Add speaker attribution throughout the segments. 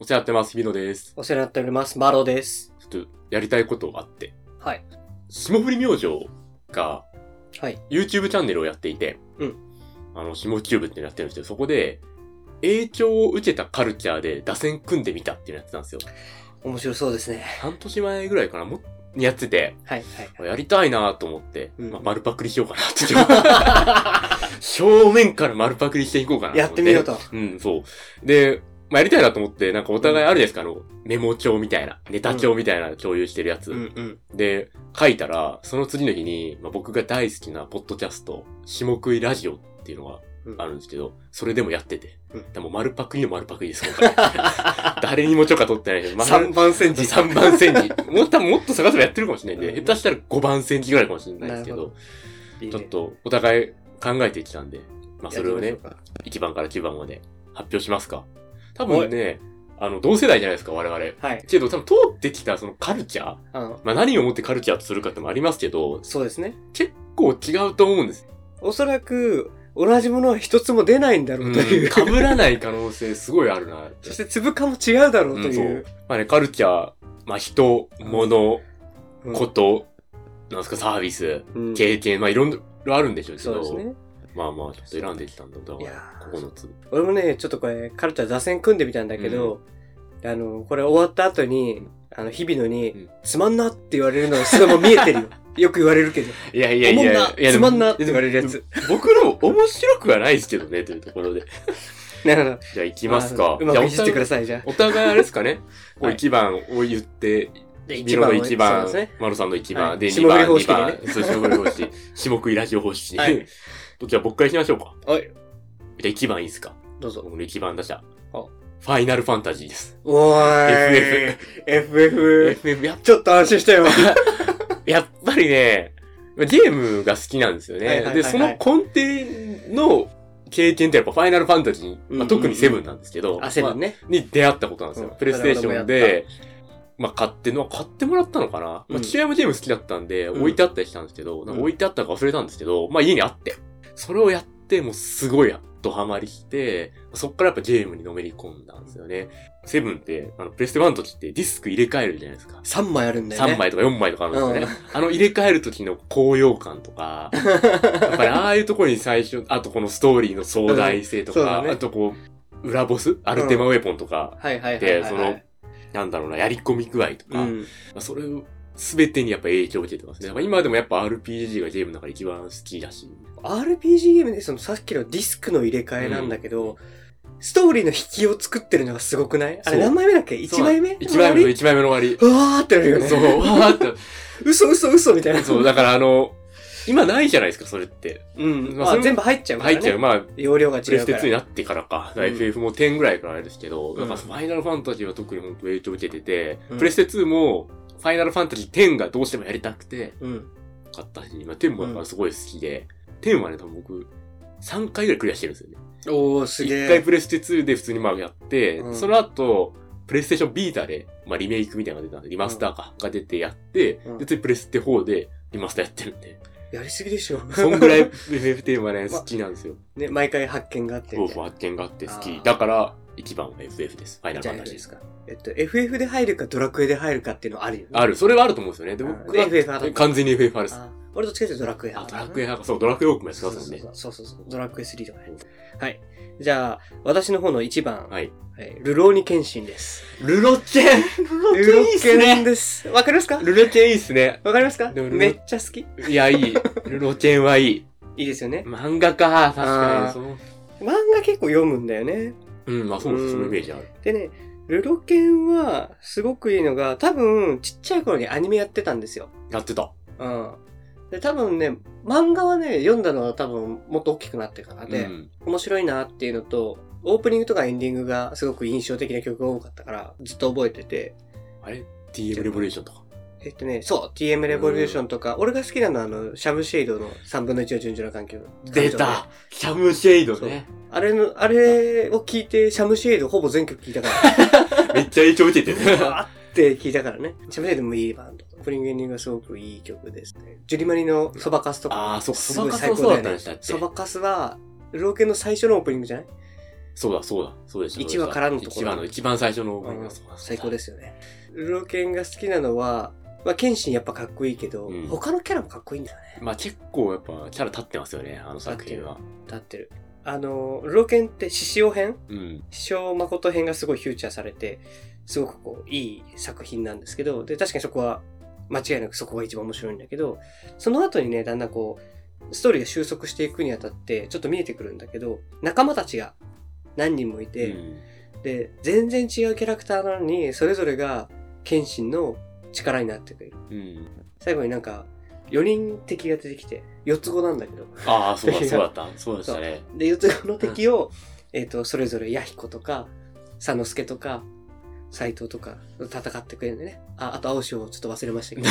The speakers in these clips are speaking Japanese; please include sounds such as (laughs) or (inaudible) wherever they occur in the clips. Speaker 1: お世話になってます、日比野です。
Speaker 2: お世話になっております。マロです。
Speaker 1: ちょっと、やりたいことがあって。
Speaker 2: はい。
Speaker 1: 霜降り明星が、
Speaker 2: はい。
Speaker 1: YouTube チャンネルをやっていて、
Speaker 2: うん
Speaker 1: あの、霜チューブっていうのやってるんですけど、そこで、影響を受けたカルチャーで打線組んでみたっていうのやってたんですよ。
Speaker 2: 面白そうですね。
Speaker 1: 半年前ぐらいかな、も、にやってて、
Speaker 2: はい。
Speaker 1: やりたいなと思って、
Speaker 2: うん
Speaker 1: まあ、丸パクリしようかなって
Speaker 2: (laughs)
Speaker 1: いう。正面から丸パクリしていこうかな
Speaker 2: はい。やってみよう
Speaker 1: と
Speaker 2: と。
Speaker 1: 思って。うん、そう。で、まあ、やりたいなと思って、なんかお互いあるじゃないですか、あの、メモ帳みたいな、ネタ帳みたいなの共有してるやつ。
Speaker 2: うん。
Speaker 1: で、書いたら、その次の日に、まあ、僕が大好きなポッドキャスト、下食いラジオっていうのが
Speaker 2: うん
Speaker 1: あるんですけど、それでもやってて。
Speaker 2: うん
Speaker 1: でも丸パクリの丸パクリです、今回 (laughs) 誰にも許可取ってないけど、
Speaker 2: 3番煎
Speaker 1: (laughs)
Speaker 2: じ。
Speaker 1: 3番線に。もう多分もっと探せばやってるかもしれないんで、
Speaker 2: うん
Speaker 1: 下手したら5番線時ぐらいかもしれないですけ
Speaker 2: な
Speaker 1: ど
Speaker 2: る、いい
Speaker 1: ち
Speaker 2: ね
Speaker 1: ょっ、とお互い考えてきたんで、まあそれを
Speaker 2: や
Speaker 1: ね
Speaker 2: ってみ、ましょうか
Speaker 1: 1番から9番まで発表しますか。多分ね、あの、同世代じゃないですか、我々。
Speaker 2: はい。
Speaker 1: けど多分通ってきたそのカルチャー
Speaker 2: あの、
Speaker 1: まあ何をもってカルチャーとするかってもありますけど、
Speaker 2: そうですね。
Speaker 1: 結構違うと思うんです。
Speaker 2: おそらく、同じものは一つも出ないんだろ (laughs) うという。
Speaker 1: 被らない可能性すごいあるなって。
Speaker 2: (laughs) そして粒感も違うだろうという。
Speaker 1: まあね、カルチャー、まあ人、物、
Speaker 2: うん
Speaker 1: こと、なんですか、サービス、
Speaker 2: うん
Speaker 1: 経験、まあいろいろあるんでしょうけ
Speaker 2: そうです
Speaker 1: ど、
Speaker 2: ね。
Speaker 1: まあまあちょっと選んできたんだ。だか
Speaker 2: い
Speaker 1: ら
Speaker 2: や、ー
Speaker 1: 9つ。
Speaker 2: 俺もね、ちょっとこれ、カルチャー座線組んでみたんだけど、あの、これ終わった後に、あの、日々のに、
Speaker 1: うん
Speaker 2: つまんなって言われるのがすごい見えてるよ。よく言われるけど。
Speaker 1: いやい
Speaker 2: い
Speaker 1: やいや、いや
Speaker 2: つまんなって言われるや。
Speaker 1: でも
Speaker 2: つ。
Speaker 1: 僕のも面白くはないですけどね、というとこ
Speaker 2: (laughs)
Speaker 1: ろで。
Speaker 2: なるほど。
Speaker 1: じゃあ行きますか。
Speaker 2: うまくいじってくだ
Speaker 1: さ
Speaker 2: さい、じゃ
Speaker 1: い。お互いあれですかね、こう
Speaker 2: (laughs) はい
Speaker 1: 1番を言って、
Speaker 2: あ。
Speaker 1: ミロの1番、
Speaker 2: そうですね。
Speaker 1: マロさんの1番、
Speaker 2: はい
Speaker 1: で2
Speaker 2: 霜降
Speaker 1: 番、
Speaker 2: り方
Speaker 1: 2
Speaker 2: 式で
Speaker 1: 番
Speaker 2: ね、
Speaker 1: そう、霜降り方 (laughs) 式、下食いラジオ方式。
Speaker 2: はい
Speaker 1: じゃあ僕から行きましょうか。
Speaker 2: はい。
Speaker 1: じゃあ1番いいですか
Speaker 2: どうぞ。
Speaker 1: 僕の1番出した。
Speaker 2: あ
Speaker 1: ファイナルファンタジーです。
Speaker 2: おーい。FF。
Speaker 1: FF や
Speaker 2: ちょっと安心 (laughs) したよ。
Speaker 1: やっぱりね、ゲームが好きなんですよ
Speaker 2: はいはい
Speaker 1: ね。
Speaker 2: はいはい
Speaker 1: で、その根底の経験ってやっぱファイナルファンタジー、
Speaker 2: うんう
Speaker 1: ま
Speaker 2: んう
Speaker 1: あ、
Speaker 2: ん
Speaker 1: 特にセブンなんですけど、
Speaker 2: 焦る
Speaker 1: ま
Speaker 2: ね。
Speaker 1: あに出会ったことなんですよ。
Speaker 2: うん
Speaker 1: プレイステーションで
Speaker 2: 俺、
Speaker 1: まあ買っての、買ってもらったのかな、
Speaker 2: うん
Speaker 1: まあ父親もゲーム好きだったんで、
Speaker 2: うん
Speaker 1: 置いてあったりしたんですけど、なんか置いてあったか忘れたんですけど、まあ家にあって、それをやって、もうすごいドハマりして、そっからやっぱゲームにのめり込んだんですよね。セブンって、あの、プレステ1の時ってディスク入れ替えるじゃないですか。
Speaker 2: 3枚あるんだよね。
Speaker 1: 3枚とか4枚とかあるんですよね。あの入れ替える時の高揚感とか、やっぱりああいうところに最初、あとこのストーリーの壮大性と
Speaker 2: うんそう
Speaker 1: か、
Speaker 2: だね
Speaker 1: あとこう、裏ボスアルテマウェポンとか、
Speaker 2: (laughs) はいはいはいはい。
Speaker 1: で、その、なんだろうな、やり込み具合とか、
Speaker 2: う
Speaker 1: ま
Speaker 2: ん。
Speaker 1: あそれを全てにやっぱ影響を受けてますね。まあ今でもやっぱ RPG がゲームの中で一番好きだし。
Speaker 2: RPG ゲームで、そのさっきのディスクの入れ替えなんだけど、ストーリーの引きを作ってるのがすごくないあ
Speaker 1: そ
Speaker 2: れ
Speaker 1: う
Speaker 2: 何枚目だっけ ?1 枚目
Speaker 1: 一枚目の
Speaker 2: う
Speaker 1: 一枚目の終わ
Speaker 2: わーってなるよ
Speaker 1: り。
Speaker 2: ね。
Speaker 1: そう、わーって。
Speaker 2: 嘘嘘嘘みたいな。
Speaker 1: そう、だからあの、今ないじゃないですか、それって。
Speaker 2: うん。
Speaker 1: まあそれ
Speaker 2: まあ
Speaker 1: も
Speaker 2: 全部入っちゃうから
Speaker 1: 入
Speaker 2: ね。
Speaker 1: っちゃう。まあ、
Speaker 2: 容量が違う
Speaker 1: プレステ
Speaker 2: か
Speaker 1: 2に
Speaker 2: ら。
Speaker 1: なってからか、
Speaker 2: うん
Speaker 1: FF も10ぐらいからあれですけど、
Speaker 2: うん
Speaker 1: なんかファイナルファンタジーは特に本当影響を受けてて、
Speaker 2: うん
Speaker 1: プレステ2もファイナルファンタジー10がどうしてもやりたくて
Speaker 2: うん。
Speaker 1: 買ったし、まあ、10もやっぱすごい好きで、10はね、多分僕、3回ぐらいクリアしてるんですよね。
Speaker 2: おー、すげえ。
Speaker 1: 1回プレステ2で普通にまあやって、
Speaker 2: うん
Speaker 1: その後、プレイステーションビータで、まあリメイクみたいなのが出たんで、リマスターか、が出てやって、
Speaker 2: うん
Speaker 1: で、次プレステ4でリマスターやってるんで、
Speaker 2: やりすぎでしょ。
Speaker 1: そんぐらい FF10 はね、
Speaker 2: まあ
Speaker 1: 好きなんですよ。
Speaker 2: (laughs) ね、毎回発見があって
Speaker 1: そう
Speaker 2: みたい
Speaker 1: そう
Speaker 2: な。
Speaker 1: 発見があって好
Speaker 2: あ
Speaker 1: き。
Speaker 2: ー
Speaker 1: だから、一番は FF です。ファイナル
Speaker 2: じ
Speaker 1: フ
Speaker 2: ゃあ
Speaker 1: ァンタジーですか。
Speaker 2: えっと、FF で入るかドラクエで入るかっていうのあるよね。
Speaker 1: あ
Speaker 2: る。
Speaker 1: る。それはあると思うんですよね。で、
Speaker 2: で
Speaker 1: 僕は
Speaker 2: FF 派だった
Speaker 1: 完全に FF 派です。
Speaker 2: あ俺どっちかっていうとドラクエ
Speaker 1: あ、
Speaker 2: 派
Speaker 1: ド
Speaker 2: だな。
Speaker 1: ラクエ派か。そう、ドラクエウォークもやって
Speaker 2: そ
Speaker 1: ま
Speaker 2: う
Speaker 1: す
Speaker 2: そう
Speaker 1: もん
Speaker 2: そう
Speaker 1: ね。
Speaker 2: そうそうそう。ドラクエ3とかね。はい。じゃあ、私の方の1番。
Speaker 1: はい。
Speaker 2: はい。ルローニケンシンです。
Speaker 1: (laughs) ルロケンルロ
Speaker 2: ルロケン。です。わかりますか
Speaker 1: ルロケンいいっすね。
Speaker 2: わかりますか
Speaker 1: でもルロ
Speaker 2: めっちゃ好き。い
Speaker 1: いや、いい。ルロケンはいい。
Speaker 2: いですよね。
Speaker 1: 漫画か。確か
Speaker 2: あ
Speaker 1: に。
Speaker 2: ー
Speaker 1: その
Speaker 2: 漫画結構読むんだよね。
Speaker 1: うん、まあそうです。
Speaker 2: うん
Speaker 1: そのイメージある。
Speaker 2: でね、ルロケンはすごくいいのが、多分ちっちゃい頃にアニメやってたんですよ。
Speaker 1: やってた。
Speaker 2: うん。で、多分ね、漫画はね、読んだのは多分もっと大きくなってから
Speaker 1: う
Speaker 2: で、
Speaker 1: ん。
Speaker 2: 面白いなっていうのと、オープニングとかエンディングがすごく印象的な曲が多かったから、ずっと覚えてて、
Speaker 1: あれ ?TM レボリューションとか。
Speaker 2: えっとね、そう、TM レボリューションとか、俺が好きなのはあの、シャムシェイドの3分の1の順調な環境。
Speaker 1: 出たシャムシェイドね。
Speaker 2: あれの、あれを聞いて、シャムシェイドほぼ全曲聞いたから。
Speaker 1: めっちゃ影響受けてる。 (laughs)
Speaker 2: わーって聞いたからね。シャムシェイドもいいバンド。オープニングエンディングがすごくいい曲ですね。ジュリマリのそばかすとか。
Speaker 1: ああ、そうか。
Speaker 2: す
Speaker 1: そ
Speaker 2: ご
Speaker 1: ばか
Speaker 2: い
Speaker 1: す
Speaker 2: 最
Speaker 1: も
Speaker 2: 高
Speaker 1: そうだっ
Speaker 2: だよ
Speaker 1: たんで
Speaker 2: ね
Speaker 1: し。たっけ
Speaker 2: そばかすは、ルロケンの最初のオープニングじゃない
Speaker 1: そうだ、そうだ、そうでした。
Speaker 2: 一話からのところ
Speaker 1: 一話の一番最初の部分
Speaker 2: うん
Speaker 1: がそうだ。
Speaker 2: 最高ですすよね。ルロケンが好きなのは、まあ、剣心やっぱかっこいいけど、
Speaker 1: うん
Speaker 2: 他のキャラもかっこいいんだよね。
Speaker 1: まあ結構やっぱキャラ立ってますよね、あの作品は。
Speaker 2: 立ってる。あの、ルロケンって獅子王編
Speaker 1: うん。
Speaker 2: 師匠誠編がすごいフューチャーされて、すごくこう、いい作品なんですけど、で、確かにそこは、間違いなくそこが一番面白いんだけど、その後にね、だんだんこう、ストーリーが収束していくにあたって、ちょっと見えてくるんだけど、仲間たちが何人もいて、
Speaker 1: うん
Speaker 2: で、全然違うキャラクターなのに、それぞれが、剣心の力になってくれる。
Speaker 1: うん。
Speaker 2: 最後になんか、4人敵が出てきて、4つ子なんだけど、
Speaker 1: ああ、そうだ、そうだった。そうでしたね。
Speaker 2: で、四つ子の敵を、えっ、と、それぞれ、弥彦とか、佐之助とか、斎藤とか、戦ってくれるんでね。あ、あと、青潮をちょっと忘れました (laughs) けど、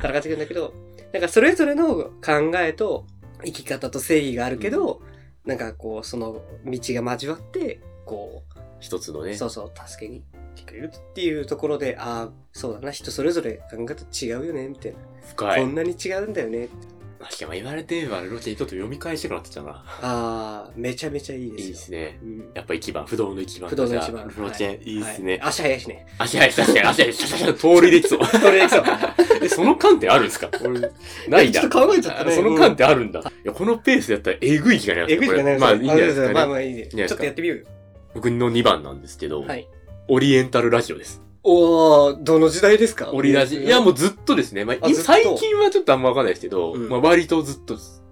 Speaker 2: 戦ってくれるんだけど、なんか、それぞれの考えと、生き方と正義があるけど、なんか、こう、その道が交わって、こう、
Speaker 1: 一つのね。
Speaker 2: そうそう、助けに来てくれるっていうところで、ああ、そうだな、人それぞれ考え方違うよね、みたいな。
Speaker 1: 深い
Speaker 2: こ。んなに違うんだよね。
Speaker 1: まあ、しかも言われてみれば、ロケちょっと読み返してくなってきたな。
Speaker 2: ああ、めちゃめちゃいいです
Speaker 1: い
Speaker 2: よ。
Speaker 1: いですね。
Speaker 2: うん
Speaker 1: やっぱ一番、不動の一番。
Speaker 2: 不動の一番
Speaker 1: ロケ
Speaker 2: は
Speaker 1: ン、いいですね。
Speaker 2: はい足早いしね。
Speaker 1: 足早い、足早い、足早い、シャシャシャ、盗塁できそう。 (laughs)
Speaker 2: それでそう。
Speaker 1: え、その観点あるんですか俺、ないんだ。
Speaker 2: ちょっと考えちゃったね
Speaker 1: あその観点あるんだ。いや、このペースやったら、えぐい気がなります
Speaker 2: えぐいじゃな
Speaker 1: これ
Speaker 2: い
Speaker 1: まあ、いいんじゃないですかね。
Speaker 2: まあまあいいね。
Speaker 1: いんじゃないで
Speaker 2: ち
Speaker 1: す
Speaker 2: ょっ
Speaker 1: か
Speaker 2: とやってみようよ。
Speaker 1: 僕の2番なんですけど、
Speaker 2: はい。
Speaker 1: オリエンタルラジオです。
Speaker 2: おー、どの時代ですか
Speaker 1: オリラジ。いや、もうずっとですね。まあ、
Speaker 2: あ
Speaker 1: い
Speaker 2: ずっと
Speaker 1: 最近はちょっとあんまわかんないですけど、
Speaker 2: うん
Speaker 1: まあ、割とずっとです。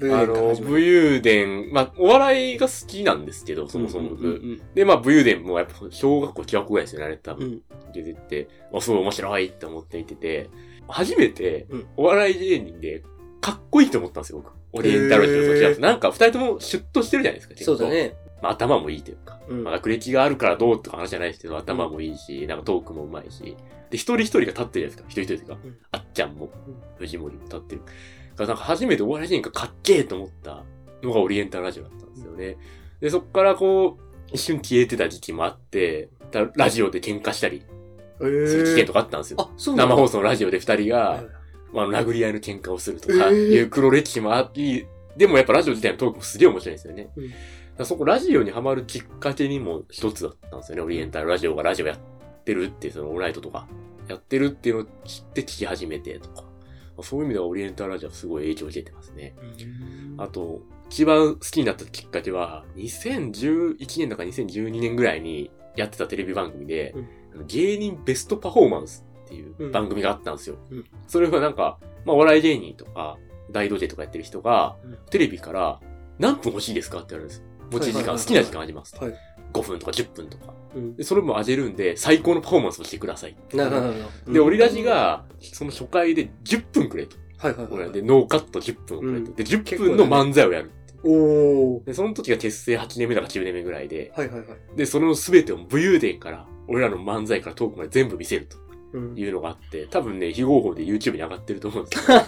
Speaker 2: ブ
Speaker 1: あ
Speaker 2: ーから
Speaker 1: の、
Speaker 2: 始まる
Speaker 1: 武勇伝、まあ、お笑いが好きなんですけど、そもそも僕。
Speaker 2: うんうん
Speaker 1: で、まあ、武勇伝もやっぱ小学校中学校ぐらいですよね、あれ多
Speaker 2: う
Speaker 1: 分。
Speaker 2: ん。
Speaker 1: 出てって、あ、すごい面白いって思っていてて、初めて
Speaker 2: うん、
Speaker 1: お笑い芸人で、かっこいいと思ったんですよ、僕。オリエンタルっていう時だと。なんか、二人ともシュッとしてるじゃないですか、結
Speaker 2: そ
Speaker 1: 構
Speaker 2: うだ。ね。
Speaker 1: まあ、頭もいいというか。
Speaker 2: うん
Speaker 1: まあ、学歴があるからどうとか話じゃないですけど、頭もいいし、なんかトークもうまいし。で、一人一人が立ってるじゃないですか。一人一人というか、
Speaker 2: うん
Speaker 1: あっちゃんも
Speaker 2: うん、
Speaker 1: 藤森も立ってる。だからなんか初めてお笑い芸人がかっけえと思ったのがオリエンタルラジオだったんですよね。で、そっからこう、一瞬消えてた時期もあって、だからラジオで喧嘩したり
Speaker 2: え
Speaker 1: する危険
Speaker 2: ー。
Speaker 1: とかあったんですよ。
Speaker 2: あ、そうな
Speaker 1: 生
Speaker 2: の
Speaker 1: 放送のラジオで二人
Speaker 2: は
Speaker 1: が
Speaker 2: い、
Speaker 1: まあ、殴り合いの喧嘩をするとか、
Speaker 2: えー
Speaker 1: いう黒歴史もあり、でもやっぱラジオ自体のトークもすげえ面白いんですよね。
Speaker 2: うん
Speaker 1: だからそこラジオにハマるきっかけにも一つだったんですよね。オリエンタルラジオがラジオやってるっていう、そのオーライトとか、やってるっていうのを知って聞き始めてとか、まあそういう意味ではオリエンタルラジオはすごい影響を受けてますね。あと、一番好きになったきっかけは、2011年だか2012年ぐらいにやってたテレビ番組で、芸人ベストパフォーマンスっていう番組があったんですよ。
Speaker 2: うん
Speaker 1: それはなんか、まあ、お笑い芸人とか、大道芸とかやってる人が、
Speaker 2: うん
Speaker 1: テレビから、何分欲しいですかって言われるんです。持ち時間、
Speaker 2: はいはいはいはい
Speaker 1: 好きな時間あります。
Speaker 2: はい。
Speaker 1: 5分とか10分とか。
Speaker 2: うん
Speaker 1: で、それもあげるんで、最高のパフォーマンスをしてください。
Speaker 2: なるほどなるほど。
Speaker 1: で、オリラジ、が、その初回で10分くれと。
Speaker 2: はいはいはい。
Speaker 1: で、ノーカット10分をくれと。
Speaker 2: うん
Speaker 1: で、10分の漫才をやる。
Speaker 2: おー。
Speaker 1: で、その時が結成8年目だか9年目ぐらいで、
Speaker 2: はいはいはい。
Speaker 1: で、その全てを武勇伝から、俺らの漫才からトークまで全部見せると
Speaker 2: うん
Speaker 1: いうのがあって、多分ね、非合法で YouTube に上がってると思うんですけ
Speaker 2: (laughs)
Speaker 1: ど、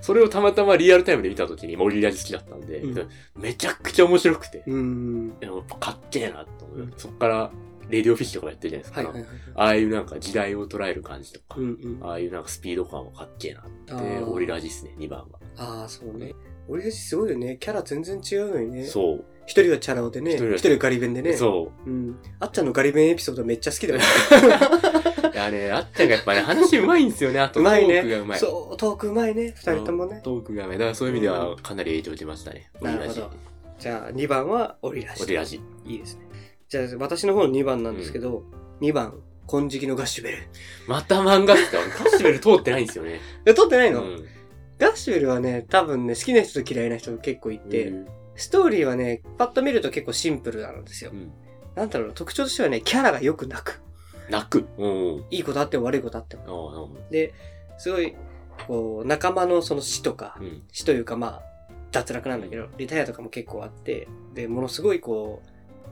Speaker 1: それをたまたまリアルタイムで見た時に、もうリラジ好きだったんで、
Speaker 2: うん
Speaker 1: めちゃくちゃ面白くて、
Speaker 2: うん。
Speaker 1: やっぱかっけえなと思う。
Speaker 2: うん
Speaker 1: そっから、レディオフィッシュとかやってるじゃな
Speaker 2: はいい
Speaker 1: です
Speaker 2: はい
Speaker 1: か。
Speaker 2: はい。
Speaker 1: ああいうなんか時代を捉える感じとか、
Speaker 2: うんうん。
Speaker 1: ああいうなんかスピード感はかっけえなっ
Speaker 2: あ
Speaker 1: て、
Speaker 2: ー
Speaker 1: オリラジですね、2番は。
Speaker 2: あー、そうね。オリラジすごいよね。キャラ全然違うのにね。
Speaker 1: そう。
Speaker 2: 一人はチャラ男でね。
Speaker 1: 一人は
Speaker 2: 一人はガリ弁でね。
Speaker 1: そう。
Speaker 2: うん。あっちゃんのガリ弁エピソードめっちゃ好き
Speaker 1: (laughs)
Speaker 2: だよ。
Speaker 1: いやね、あっちゃんがやっぱね、話うまいんですよね、あと。
Speaker 2: うまい
Speaker 1: ト
Speaker 2: ね
Speaker 1: ークがうまい。
Speaker 2: そう、トークうまいね、二人ともね。
Speaker 1: トークがうまい。だからそういう意味では、かなり影響しましたね。
Speaker 2: なるほどじゃあ、2番はオリラ
Speaker 1: オリ
Speaker 2: シ。
Speaker 1: ラジ。
Speaker 2: いいですね。じゃあ、私の方の2番なんですけど、2番、金色のガッシュベル。
Speaker 1: また漫画っすか俺、カッシュベル通ってないんですよね。
Speaker 2: え、撮ってないうの、
Speaker 1: ん。
Speaker 2: ガッシュベルはね、多分ね、好きな人と嫌いな人結構いて、
Speaker 1: うん、
Speaker 2: ストーリーはね、パッと見ると結構シンプルなんですよ。
Speaker 1: うん
Speaker 2: なんだろう、特徴としてはね、キャラがよく泣く。
Speaker 1: 泣く。うん。
Speaker 2: いいことあっても悪いことあっても。
Speaker 1: ああ、うん
Speaker 2: で、すごい、こう、仲間のその死とか、
Speaker 1: うん。
Speaker 2: 死というかまあ脱落なんだけど、リタイアとかも結構あってでものすごいこ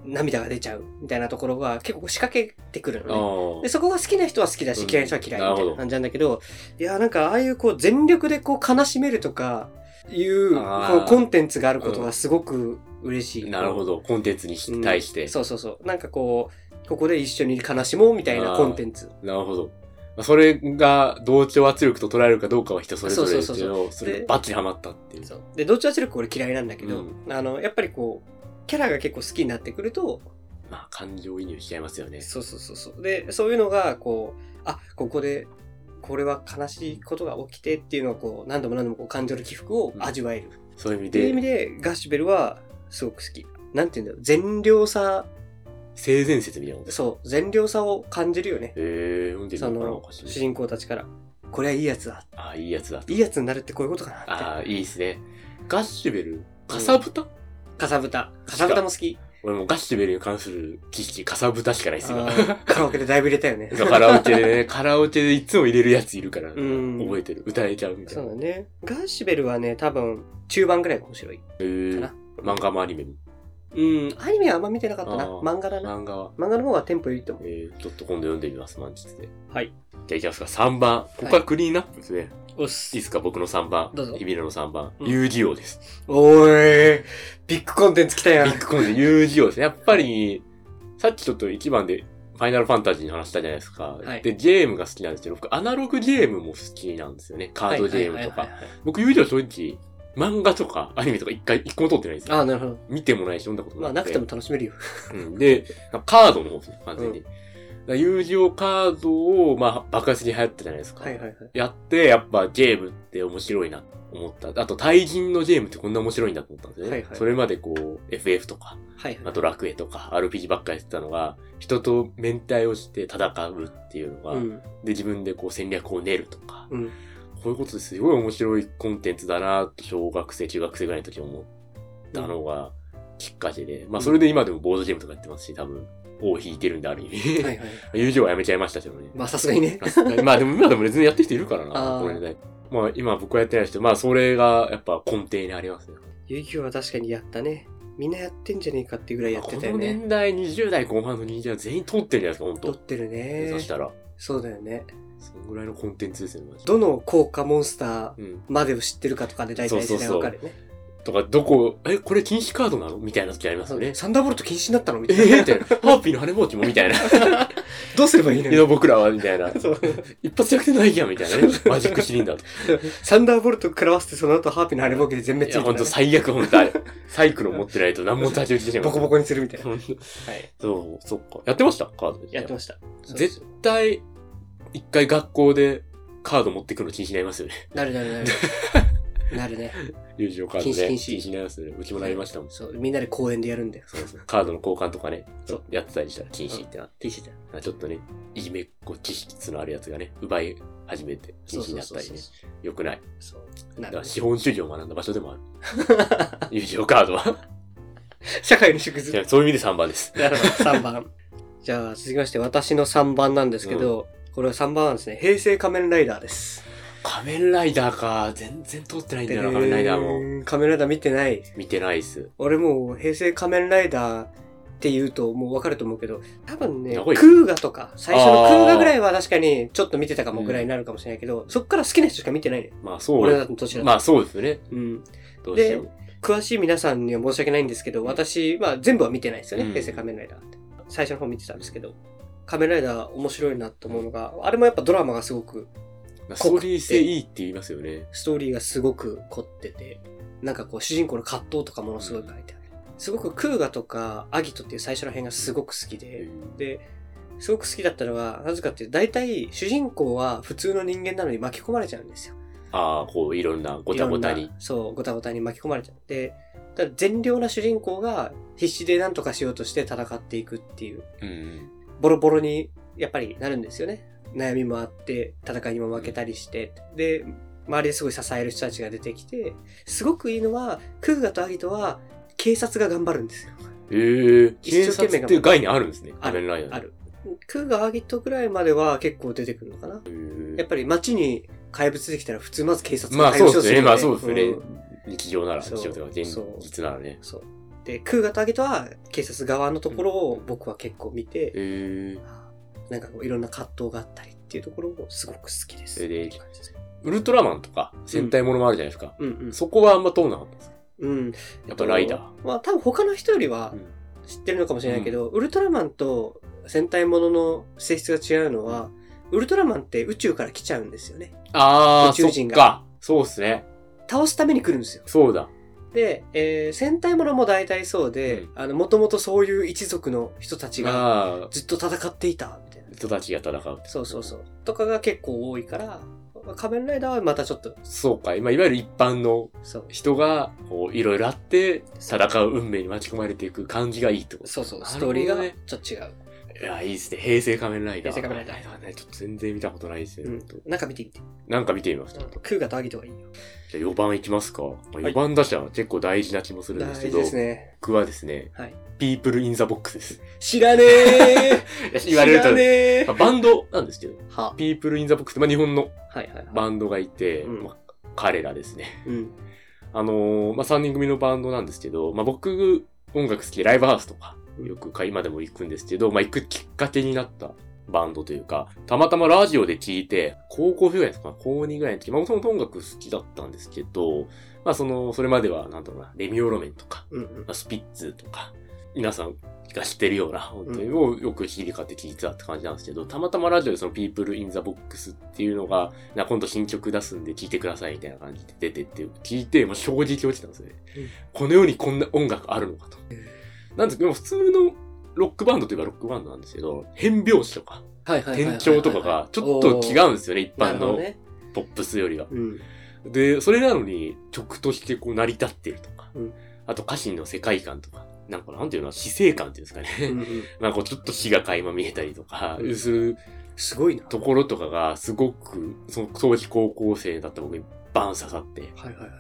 Speaker 2: う涙が出ちゃうみたいなところが結構仕掛けてくる
Speaker 1: あ
Speaker 2: のね。
Speaker 1: あ
Speaker 2: でそこが好きな人は好きだし
Speaker 1: うん
Speaker 2: 嫌いな人は嫌いみた
Speaker 1: ないるほ
Speaker 2: な
Speaker 1: ど
Speaker 2: 感じなんだけど、いやなんかああいうこう全力でこう悲しめるとかいうこ
Speaker 1: あー
Speaker 2: うコンテンツがあることがすごく嬉しい。
Speaker 1: なるほど。コンテンツに
Speaker 2: うん。
Speaker 1: 対して。
Speaker 2: そうそうそう。なんかこうここで一緒に悲しもうみたいなコンテンツ。
Speaker 1: なるほど。まあそれが同調圧力と捉えるかどうかは人それぞれです
Speaker 2: そう
Speaker 1: け
Speaker 2: そう
Speaker 1: ど、それ
Speaker 2: で
Speaker 1: がバッチリハマったっていう。
Speaker 2: そうで同調圧力俺嫌いなんだけど、
Speaker 1: う
Speaker 2: あのやっぱりこうキャラが結構好きになってくると、
Speaker 1: まあ、感情移入しちゃいますよね。
Speaker 2: そうそうそうそう。で、そういうのが、こう、あ、ここで、これは悲しいことが起きてっていうのをこう、何度も何度もこう感情の起伏を味わえる。っ
Speaker 1: そういう意味
Speaker 2: ていう意味
Speaker 1: で、
Speaker 2: で、ガッシュベルはすごく好き。なんて言うんだろう、善良さ、
Speaker 1: 性善説みたいなことですか
Speaker 2: そう、善良さを感じるよね。
Speaker 1: へえー、読んでみ
Speaker 2: そ
Speaker 1: ようかな、お
Speaker 2: の
Speaker 1: かし
Speaker 2: 主
Speaker 1: い。
Speaker 2: 人公たちから。これはいいやつだ。
Speaker 1: ああ、いいやつだと。
Speaker 2: いいやつになるってこういうことかなって。
Speaker 1: ああ、いいですね。ガッシュベルかさぶた、
Speaker 2: かさぶた。かさぶたも好き。
Speaker 1: 俺もガッシュベルに関する知識、かさぶたしかないですよ。。
Speaker 2: あー (laughs) カラオケでだいぶ入れたよね
Speaker 1: カラオケでね、カラオケでいつも入れるやついるから、
Speaker 2: うん
Speaker 1: 覚えてる。歌えちゃうみたい
Speaker 2: そ
Speaker 1: な。
Speaker 2: うだね。ガッシュベルはね、多分、中盤ぐらいが面白い。
Speaker 1: へー
Speaker 2: か
Speaker 1: 漫画もアニメも。
Speaker 2: うん、アニメはあんま見てなかったな。
Speaker 1: あー
Speaker 2: 漫画だな。
Speaker 1: 漫画は、
Speaker 2: 漫画の方がテンポいいと思
Speaker 1: えー、ちょっと今度読んでみます、満喫で。
Speaker 2: う。はい。
Speaker 1: じゃあいきますか、3番。ここはクリーンアップですね。い、
Speaker 2: お
Speaker 1: い
Speaker 2: っ
Speaker 1: ですか、僕の3番。
Speaker 2: どうぞ
Speaker 1: イビルの3番。
Speaker 2: うん
Speaker 1: 遊戯王です。
Speaker 2: おーい。ビッグコンテンツ来たや
Speaker 1: ビ
Speaker 2: ん。
Speaker 1: ッグコンテンツ、遊戯王ですね。やっぱり、さっきちょっと1番で、ファイナルファンタジーの話したじゃないですか。
Speaker 2: はい
Speaker 1: で、ゲームが好きなんですけど、僕、アナログゲームも好きなんですよね。カードゲームと
Speaker 2: はい
Speaker 1: か。
Speaker 2: はいはいはい。
Speaker 1: 僕、遊戯王正直、漫画とかアニメとか一回、一個も通ってないんですよ。
Speaker 2: ああ、なるほど。
Speaker 1: 見てもないし、読んだことも
Speaker 2: ま
Speaker 1: な
Speaker 2: あ、
Speaker 1: い。
Speaker 2: なくても。楽しめるよ。
Speaker 1: うん。で、カードの方ですね、完全に。だから遊戯王カードを、まあ、爆発的に流行ったじゃないですか。
Speaker 2: はいはいはい。
Speaker 1: やって、やっぱゲームって面白いなと思った。あと、対人のゲームってこんな面白いんだと思ったんですよね。
Speaker 2: はいはい
Speaker 1: それまでこう、FF とか、
Speaker 2: はいは
Speaker 1: まあ、
Speaker 2: い。
Speaker 1: ドラクエとか RPG ばっかりやってたのが、人と面体をして戦うっていうのが、
Speaker 2: うん。
Speaker 1: で、自分でこう戦略を練るとか、
Speaker 2: うん。
Speaker 1: こういうことですごい面白いコンテンツだなと、小学生、中学生ぐらいの時に思ったのがきっかけで、まあそれで今でもボードゲームとかやってますし、多分、を引いてるんである意味。
Speaker 2: はいはい。
Speaker 1: (laughs) 友情はやめちゃいましたけどね。
Speaker 2: まあ、さすがにね。
Speaker 1: まあでも今でも別にやってる人いるからな、
Speaker 2: あー
Speaker 1: この年代。まあ今僕はやってないですけど、まあそれがやっぱ根底にありますね。
Speaker 2: 遊戯王は確かにやったね。みんなやってんじゃねえかっていうぐらいやってたよ
Speaker 1: この
Speaker 2: ね。
Speaker 1: 年代、20代後半の人間は全員通ってるじゃないですか、本
Speaker 2: 撮
Speaker 1: 当
Speaker 2: って
Speaker 1: 目
Speaker 2: るね
Speaker 1: 指し。たら。
Speaker 2: そうだよね。
Speaker 1: そのぐらいのコンテンツですよね、マジで
Speaker 2: どの効果モンスター
Speaker 1: うん。
Speaker 2: までを知ってるかとかで大体世代わかるよね。
Speaker 1: とか、どこ、え、これ禁止カードなのみたいな時ありますよね。
Speaker 2: サンダーボルト禁止になったのみ
Speaker 1: え
Speaker 2: たいな。
Speaker 1: ー、みたいな。ハーピーの羽もうちもみ
Speaker 2: (laughs)
Speaker 1: たいな。
Speaker 2: どうすればいいの
Speaker 1: いや、僕らは、みたいな。
Speaker 2: (laughs) そう
Speaker 1: 一発逆転ないやん、みたいなね。マジックシリンダーとか。
Speaker 2: サンダーボルト食らわせてその後ハーピーのあれボケで全滅
Speaker 1: い
Speaker 2: す
Speaker 1: や、
Speaker 2: る
Speaker 1: ほんと最悪、ほんとあれ。サイクロン持ってないと何も立ち打ちできない。
Speaker 2: ボコボコにするみたいな。
Speaker 1: ほんと。
Speaker 2: はい。
Speaker 1: そう、そっか。やってましたカード。
Speaker 2: やってました。
Speaker 1: 絶対、一回学校でカード持ってくるの禁止になりますよね。
Speaker 2: なるな
Speaker 1: (laughs)
Speaker 2: るなる。なるね。
Speaker 1: 友情カードね。
Speaker 2: 禁止禁止
Speaker 1: になりますよね。うちもなりましたもん。
Speaker 2: そう、みんなで公園でやるんだよ。そうそう。
Speaker 1: カードの交換とかね、ち
Speaker 2: そ
Speaker 1: ょ
Speaker 2: う
Speaker 1: っとやってたりしたら禁止ってなって。
Speaker 2: 禁止だ。
Speaker 1: あちょっとね、いじめっ子知識のあるやつがね、奪い始めて禁止になったりね。良くない。
Speaker 2: そう。
Speaker 1: だ
Speaker 2: なる
Speaker 1: か
Speaker 2: ね
Speaker 1: ら資本主義を学んだ場所でもある。
Speaker 2: (laughs)
Speaker 1: 友情カードは。
Speaker 2: 社会の縮
Speaker 1: じ
Speaker 2: 図
Speaker 1: ゃ。あそういう意味で3番です。
Speaker 2: なるほど、3番。じゃあ、続きまして、私の3番なんですけど、これは3番なんですね。平成仮面ライダーです。
Speaker 1: 仮面ライダーか。全然通ってないんだよな、仮面ライダーも。
Speaker 2: も。仮面ライダー見てない。
Speaker 1: 見てないっす。
Speaker 2: 俺もう平成仮面ライダーって言うともうわかると思うけど、多分ね、
Speaker 1: ど
Speaker 2: ク
Speaker 1: こ行く
Speaker 2: ーガとか、最初の
Speaker 1: あー
Speaker 2: クーガぐらいは確かにちょっと見てたかもぐらいになるかもしれないけど、そっから好きな人しか見てないね。
Speaker 1: まあそう。
Speaker 2: 俺らの年だと。
Speaker 1: まあそうですよね。
Speaker 2: うん。
Speaker 1: どうしても。
Speaker 2: 詳しい皆さんには申し訳ないんですけど、私、まあ全部は見てないですよね、
Speaker 1: うん
Speaker 2: 平成仮面ライダーって。最初の方見てたんですけど、仮面ライダー面白いなと思うのが、あれもやっぱドラマがすごく、
Speaker 1: まあストーリー性いいって言いますよね。
Speaker 2: ストーリーがすごく凝ってて、なんかこう主人公の葛藤とかものすごい書いてある。すごくクーガとかアギトっていう最初の辺がすごく好きで、で、すごく好きだったのは、なぜかっていうと、大体主人公は普通の人間なのに巻き込まれちゃうんですよ。
Speaker 1: ああ、こういろんなごたごた
Speaker 2: いろ
Speaker 1: に
Speaker 2: ん。な。そう、ごたごたに巻き込まれちゃって、ただ善良な主人公が必死で何とかしようとして戦っていくっていう、
Speaker 1: うん。
Speaker 2: ボロボロにやっぱりなるんですよね。悩みもあって、戦いにも負けたりして、で、周りですごい支える人たちが出てきて、すごくいいのは、クーガとアギトは警察が頑張るんですよ。
Speaker 1: ええ。
Speaker 2: 一
Speaker 1: 警
Speaker 2: 生懸命
Speaker 1: 察っていう概念あるんですね。
Speaker 2: あ
Speaker 1: 仮
Speaker 2: る
Speaker 1: 面ライダー。
Speaker 2: ある。クーガ、アギトぐらいまでは結構出てくるのかな。
Speaker 1: へえ
Speaker 2: やっぱり街に怪物できたら普通まず警察
Speaker 1: まあそうですよね。まあ
Speaker 2: 対
Speaker 1: そう
Speaker 2: 応
Speaker 1: で
Speaker 2: し
Speaker 1: す
Speaker 2: よ
Speaker 1: よね
Speaker 2: うん。
Speaker 1: 日常なら、日
Speaker 2: そう
Speaker 1: 常とか現
Speaker 2: そう
Speaker 1: 実ならね。
Speaker 2: そう。で、クーガとアゲトは警察側のところを僕は結構見て、
Speaker 1: ええ。
Speaker 2: なんかこういろんな葛藤があったりっていうところをすごく好きです。
Speaker 1: それで
Speaker 2: って感じです
Speaker 1: ウルトラマンとか戦隊ものもあるじゃないですか。
Speaker 2: うんうん。
Speaker 1: そこはあんま通んなかったんですか
Speaker 2: うん。
Speaker 1: やっぱライダー。
Speaker 2: まあ多分他の人よりは
Speaker 1: うん
Speaker 2: 知ってるのかもしれないけど、ウルトラマンと戦隊ものの性質が違うのは、ウルトラマンって宇宙から来ちゃうんですよね。
Speaker 1: あ
Speaker 2: 宇宙人が
Speaker 1: そっか。そうっすね。
Speaker 2: 倒すために来るんですよ。
Speaker 1: そうだ。
Speaker 2: で、えー戦隊ものも大体そうで、
Speaker 1: うん
Speaker 2: あの、もともとそういう一族の人たちが
Speaker 1: が、
Speaker 2: ずっと戦っていた、みたいな。
Speaker 1: 人たちが戦う。
Speaker 2: そうそうそう。とかが結構多いから、仮面ライダーはまたちょっと、
Speaker 1: そうか。今、いわゆる一般の
Speaker 2: そう。
Speaker 1: 人が、こう、いろいろあって、戦う運命に巻き込まれていく感じがいいってこと
Speaker 2: そうそう、
Speaker 1: なる
Speaker 2: ス
Speaker 1: ほ
Speaker 2: ト
Speaker 1: ど
Speaker 2: ーリーが
Speaker 1: ね
Speaker 2: ちょっと違う。
Speaker 1: いや、いいですね。平成仮面ライダー。
Speaker 2: 平成仮面ライダ
Speaker 1: ー。ね、ちょっと全然見たことないですね。
Speaker 2: う
Speaker 1: ほ
Speaker 2: ん
Speaker 1: んと。
Speaker 2: なんか見てみて。
Speaker 1: なんか見てみます。
Speaker 2: うんクーガとアギトがいいよ。
Speaker 1: じゃあ4番いきますか。まあ
Speaker 2: い
Speaker 1: 4番打者は結構大事な気もするん
Speaker 2: 大
Speaker 1: ですけ
Speaker 2: 事
Speaker 1: ど、
Speaker 2: ですね。
Speaker 1: 僕はですね、
Speaker 2: はい。
Speaker 1: ピープルインザボックスです。
Speaker 2: 知らねえ
Speaker 1: (laughs) 言われる
Speaker 2: 知らね
Speaker 1: と、
Speaker 2: え
Speaker 1: まあバンドなんですけど、
Speaker 2: は、
Speaker 1: ピープルインザボックスって、まあ、日本の
Speaker 2: はいはいはい。
Speaker 1: バンドがいて、
Speaker 2: うん
Speaker 1: まあ彼らですね。
Speaker 2: うん。
Speaker 1: あのーまあ、3人組のバンドなんですけど、まあ、僕、音楽好きでライブハウスとか、よくか今でも行くんですけど、まあ、行くきっかけになったバンドというか、たまたまラジオで聞いて、高校生ぐらいですか高2ぐらいの時、まあ、もともと音楽好きだったんですけど、まあ、その、それまでは、なんだろうな、レミオロメンとか、
Speaker 2: うんうん
Speaker 1: まあ、スピッツとか、皆さんが知ってるような、本当に
Speaker 2: う
Speaker 1: もうよく聞いて買って聞いてたって感じなんですけど、たまたまラジオでその People in the Box っていうのが、な今度新曲出すんで聞いてくださいみたいな感じで出てって、聞いて、もう正直落ちたんですよね。
Speaker 2: うん
Speaker 1: この世にこんな音楽あるのかと。なんですけど、普通のロックバンドといえばロックバンドなんですけど、変拍子とか、
Speaker 2: はいはいはいはいはい。
Speaker 1: 転調とかがちょっと違うんですよね、一
Speaker 2: お
Speaker 1: 般
Speaker 2: ーなるほど
Speaker 1: の
Speaker 2: ね。
Speaker 1: ポップスよりは。
Speaker 2: うん。
Speaker 1: で、それなのに曲としてこう成り立ってるとか、
Speaker 2: うん
Speaker 1: あと歌詞の世界観とか、なんかなんていうの、死生観っていうんですか
Speaker 2: う
Speaker 1: ね。
Speaker 2: んうん
Speaker 1: (laughs) なんかこうちょっと死が垣間見えたりとか、
Speaker 2: うん
Speaker 1: する
Speaker 2: すごいな。
Speaker 1: ところとかがすごく、その当時高校生だった僕にバン刺さって、
Speaker 2: はいはいはい。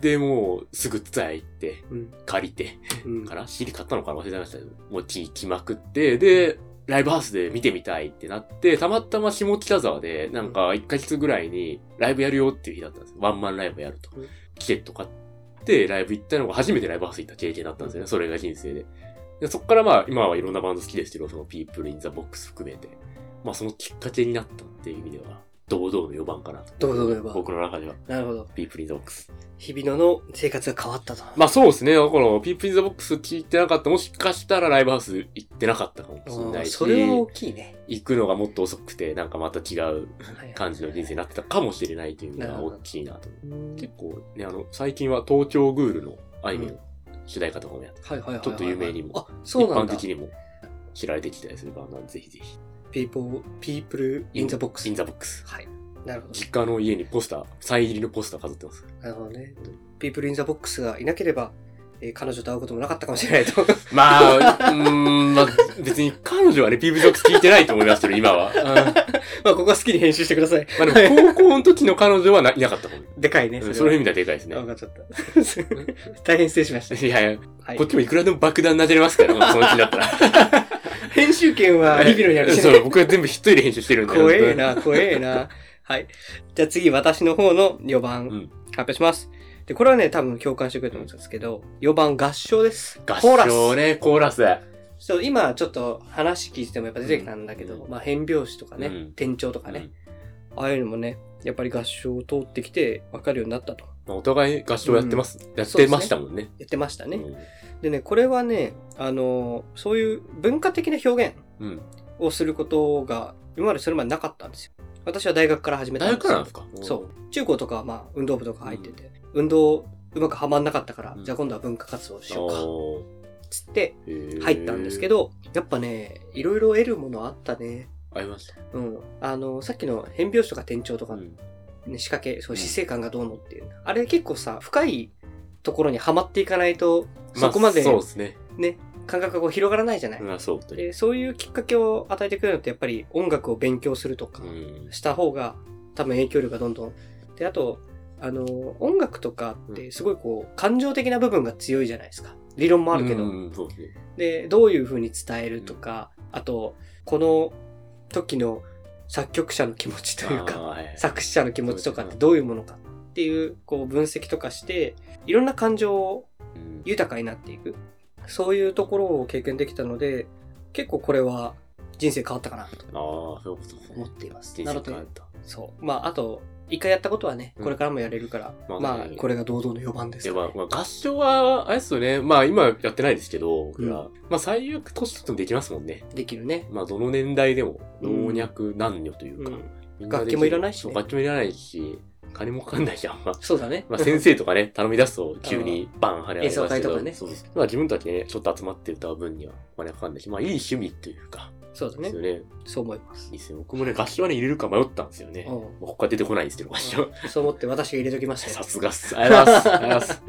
Speaker 1: で、もうすぐ伝え行って、
Speaker 2: うん。
Speaker 1: 借りて、
Speaker 2: うん
Speaker 1: か。ら CD 買ったのかな忘れちゃいましたけど、もう聞きまくって、で、ライブハウスで見てみたいってなって、たまたま下北沢で、なんか1ヶ月ぐらいにライブやるよっていう日だったんですよ。ワンマンライブやると
Speaker 2: うん。
Speaker 1: チケット買って、ライブ行ったのが初めてライブハウス行った経験だったんですよね。それが人生で。でそっからまあ、今はいろんなバンド好きですけど、その People in the Box 含めて。まあ、そのきっかけになったっていう意味では、堂々の4番かなと。
Speaker 2: 堂々の4番
Speaker 1: 僕の中では、
Speaker 2: なるほど。
Speaker 1: People in the Box。
Speaker 2: 日々野の生活が変わったと。
Speaker 1: まあそうですね。だから、ピープインザボックス聞いてなかった。もしかしたらライブハウス行ってなかったかもしれな
Speaker 2: あー
Speaker 1: いし、
Speaker 2: それは大きいね。
Speaker 1: 行くのがもっと遅くて、なんかまた違う
Speaker 2: はい
Speaker 1: 感じの人生になってたかもしれないというの
Speaker 2: な
Speaker 1: が
Speaker 2: るほ
Speaker 1: 大
Speaker 2: ど
Speaker 1: きいなと思う。
Speaker 2: うん
Speaker 1: 結構ね、あの、最近は東京グールのアイミの主題歌とかもやって、
Speaker 2: はいはいはいはいはい。
Speaker 1: ちょっと有名にも
Speaker 2: あ、そうなん
Speaker 1: 一
Speaker 2: だ。
Speaker 1: 般的にも知られてきたりするバンドなんで、ぜひぜひ。
Speaker 2: people, people in the box.
Speaker 1: in the box。
Speaker 2: はい。なるほど。
Speaker 1: 実家の家にポスター、サイン入りのポスター飾ってます。
Speaker 2: なるほどね。people in the box がいなければ、えー彼女と会うこともなかったかもしれないと。 (laughs)
Speaker 1: まあ、う (laughs) ーん、まあ、別に彼女はね、ピープインザボックス聞いてないと思いますけど、今は。うん
Speaker 2: まあ、ここは好きに編集してください。
Speaker 1: まあでも高校の時の彼女はないなかったもん。
Speaker 2: でかいね。
Speaker 1: うん
Speaker 2: は
Speaker 1: その意味ではでかいですね
Speaker 2: あ。分かっちゃった。 (laughs) 大変失礼しまし
Speaker 1: いやいや、
Speaker 2: た。はい
Speaker 1: こっ。ちもいくらでも爆弾なじれ (laughs) ますから、その気だったら。
Speaker 2: 編集権はリビロにあるしね
Speaker 1: そう、僕は全部一人で編集してるんで。
Speaker 2: 怖えな、怖えな。はい。じゃあ次、私の方の4番、
Speaker 1: うん
Speaker 2: 発表します。で、これはね、多分共感してくれると思うんですけど、4番合唱です。
Speaker 1: 合
Speaker 2: コーラス。
Speaker 1: 唱ね、コーラス。
Speaker 2: そう、今ちょっと話聞いててもやっぱ出てきたんだけど、
Speaker 1: う
Speaker 2: まあ変拍子とかね、
Speaker 1: うん
Speaker 2: 転調とかね、ああいうのもね、やっぱり合唱を通ってきて分かるようになったと。
Speaker 1: まあお互い合唱やってます。やっ
Speaker 2: そう
Speaker 1: て
Speaker 2: ですね
Speaker 1: ましたもんね。
Speaker 2: 言ってましたね。
Speaker 1: うん
Speaker 2: でね、これはね、あの、そういう文化的な表現
Speaker 1: うん。
Speaker 2: をすることが、今までそれまでなかったんですよ。私は大学から始めた
Speaker 1: 大
Speaker 2: ん
Speaker 1: 学
Speaker 2: です
Speaker 1: から
Speaker 2: よ。
Speaker 1: なんですか
Speaker 2: そう。中高とかはまあ運動部とか入ってて、運動うまくはまんなかったから、
Speaker 1: うん
Speaker 2: じゃあ今度は文化活動しようか、
Speaker 1: う
Speaker 2: つって
Speaker 1: か
Speaker 2: 入ったんですけ。ど、やっぱね、いろいろ得るものあったね。
Speaker 1: ありました。
Speaker 2: うん。あの、さっきの変拍子とか転調とか、
Speaker 1: う
Speaker 2: ね
Speaker 1: ん
Speaker 2: 仕掛け、そううん姿勢感がどうのっていう。あれ結構さ、深いところにはまっていかないと、
Speaker 1: あ
Speaker 2: そこまで
Speaker 1: そうですね。
Speaker 2: ね、感覚がこう広がらないじゃない。
Speaker 1: まあそう。本当に
Speaker 2: でそういうきっかけを与えてくれるのって、やっぱり音楽を勉強するとか、
Speaker 1: うん
Speaker 2: した方が多分影響力がどんどん。で、あと、あの、音楽とかってすごいこう、感情的な部分が強いじゃないですか。理論もあるけど。
Speaker 1: うんそうですね
Speaker 2: で、どういう風に伝えるとか、あと、この時の作曲者の気持ち (laughs) という
Speaker 1: あー
Speaker 2: か、
Speaker 1: はいはい
Speaker 2: 作詞者の気持ちとかってどういうものかっていう、こう、分析とかして、いろんな感情を
Speaker 1: うん
Speaker 2: 豊かになっていく。そういうところを経験できたので、結構これは人生変わったかなと
Speaker 1: ああ、そういうこと。
Speaker 2: 思っています。
Speaker 1: 人
Speaker 2: な
Speaker 1: 生
Speaker 2: ので
Speaker 1: 変わった。
Speaker 2: そう。まあ、あと、一回やったことはね、
Speaker 1: うん
Speaker 2: これからもやれるから、
Speaker 1: まあ
Speaker 2: まあ
Speaker 1: ね、
Speaker 2: これが堂々の4番です
Speaker 1: で
Speaker 2: から、
Speaker 1: まあ、まあ、合唱は、あれですよね。まあ、今やってないですけど、僕ら
Speaker 2: う
Speaker 1: まあ、最悪年取ってもできますもんね。
Speaker 2: できるね。
Speaker 1: まあ、どの年代でも、
Speaker 2: うん
Speaker 1: 老若男女というか、
Speaker 2: うん
Speaker 1: みんなできる
Speaker 2: 楽器もいらないしね
Speaker 1: そう楽器もいらないし、金もかかんないじゃん、あんま。
Speaker 2: そうだね。
Speaker 1: まあ、先生とかね、頼み出すと急にバン跳ね上がりますけど。
Speaker 2: 演奏会とかね
Speaker 1: そうです。まあ自分たちでね、ちょっと集まって歌う分にはお金かかんないし、まあいい趣味というか、
Speaker 2: そうだ
Speaker 1: で
Speaker 2: ね
Speaker 1: す。よね。
Speaker 2: そう思います
Speaker 1: いい。ですよ。僕もね、合唱はね、入れるか迷ったんですよね。
Speaker 2: うん
Speaker 1: まあ他出てこないんですけど、合唱。
Speaker 2: そう思って私が入れときました
Speaker 1: さ
Speaker 2: よ。
Speaker 1: すがっす。ありがとうご
Speaker 2: (laughs)
Speaker 1: ざいます。ありがとうございます。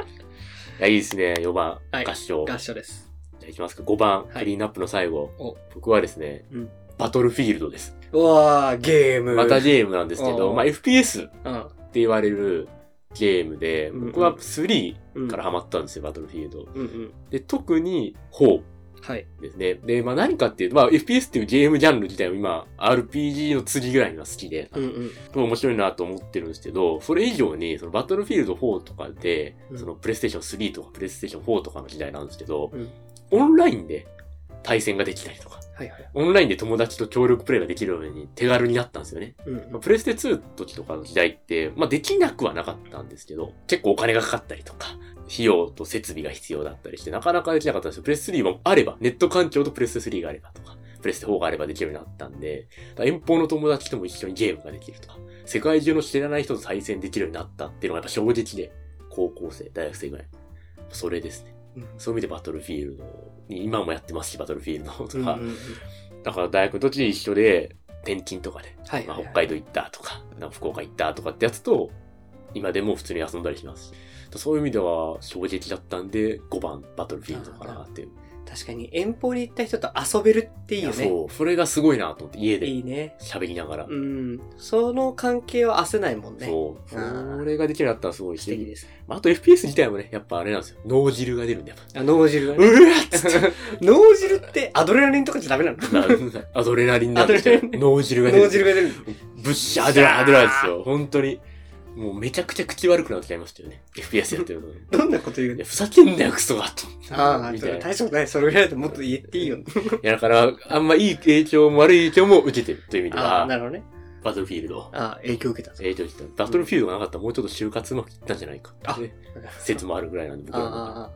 Speaker 1: いや、いいですね。4番、
Speaker 2: はい
Speaker 1: 合唱。
Speaker 2: 合唱です。
Speaker 1: じゃあいきますか。5番、
Speaker 2: い
Speaker 1: クリーンアップの最後。
Speaker 2: お
Speaker 1: 僕はですね、
Speaker 2: うん
Speaker 1: バトルフィールドです。
Speaker 2: うわー、ゲーム。
Speaker 1: またゲームなんですけど、
Speaker 2: おー
Speaker 1: まあ FPS っ
Speaker 2: うん
Speaker 1: て言われるゲームで、
Speaker 2: うんうん
Speaker 1: 僕は3
Speaker 2: うん。
Speaker 1: からハマったんですよ、バトルフィールド。
Speaker 2: うんうん。
Speaker 1: で、特に4
Speaker 2: はい。
Speaker 1: ですね。で、まあ何かっていうと、まあ FPS っていうゲームジャンル自体も今、RPG の次ぐらいには好きで、
Speaker 2: うんうん。
Speaker 1: 面白いなと思ってるんですけど、それ以上に、そのバトルフィールド4とかで、
Speaker 2: うん
Speaker 1: そのプレイステーション3とかプレイステーション4とかの時代なんですけど、
Speaker 2: うん
Speaker 1: オンラインで対戦ができたりとか、
Speaker 2: はいはい。
Speaker 1: オンラインで友達と協力プレイができるように手軽になったんですよね。
Speaker 2: うん
Speaker 1: まあプレステ2の時とかの時代って、まあできなくはなかったんですけど、結構お金がかかったりとか、費用と設備が必要だったりして、なかなかできなかったんですよ。プレステ3もあれば、ネット環境とプレステ3があればとか、プレステ4があればできるようになったんで、だから遠方の友達とも一緒にゲームができるとか、世界中の知らない人と対戦できるようになったっていうのがやっぱ衝撃で、高校生、大学生ぐらい。それですね。
Speaker 2: うん
Speaker 1: そういう意味でバトルフィールドに、今もやってますし、バトルフィールドと
Speaker 2: うん
Speaker 1: か、
Speaker 2: うんうん
Speaker 1: だから大学の時一緒で、転勤とかで、
Speaker 2: はい
Speaker 1: まあ、
Speaker 2: はい
Speaker 1: 北
Speaker 2: はい。
Speaker 1: 海道行ったとか、なんか福岡行ったとかってやつと、今でも普通に遊んだりしますし。そういう意味では衝撃だったんで、5番バトルフィールドかなっていう。
Speaker 2: 確かに遠方に行った人と遊べるっていいよね。
Speaker 1: そう、それがすごいなと思って、家で
Speaker 2: いいね。
Speaker 1: 喋りながら。
Speaker 2: うん。その関係は焦せないもんね。
Speaker 1: そう。
Speaker 2: あー
Speaker 1: それができるようになったらすごい
Speaker 2: 素敵
Speaker 1: し。
Speaker 2: です。
Speaker 1: まあ、あと FPS 自体もね、やっぱあれなんですよ。脳汁が出るんだよ。
Speaker 2: あ、脳汁が
Speaker 1: う
Speaker 2: ね。
Speaker 1: わっつ (laughs) って。
Speaker 2: 脳汁ってアドレナリンとかじゃダメなの
Speaker 1: アドレナリンなんですよ
Speaker 2: アドレナ。
Speaker 1: (laughs)
Speaker 2: リ
Speaker 1: 脳汁が出る。
Speaker 2: 脳汁が出る。
Speaker 1: ブッシャーアドラーアドラーですよ。本当に。もうめちゃくちゃ口悪くなっちゃいましたよね。FPS やってるのに。
Speaker 2: どんなこと言う
Speaker 1: い
Speaker 2: の
Speaker 1: や、ふざけんなよ、クソがと。
Speaker 2: ああ、
Speaker 1: み
Speaker 2: そ
Speaker 1: た
Speaker 2: れ
Speaker 1: いな。い
Speaker 2: 大したことない。それぐらいだともっと言っていいよ。
Speaker 1: や、だから、あんまいい影響も悪い影響も受けてるという意味で
Speaker 2: ああ、
Speaker 1: は、
Speaker 2: なるほどね。
Speaker 1: バトルフィールド。
Speaker 2: ああ、影響受けた。
Speaker 1: 影響受けた。バトルフィールドがなかったらもうちょっと就活うまくいったんじゃないかってね、説もあるぐらいなんで、
Speaker 2: あ
Speaker 1: 僕
Speaker 2: あ
Speaker 1: は。
Speaker 2: ああ、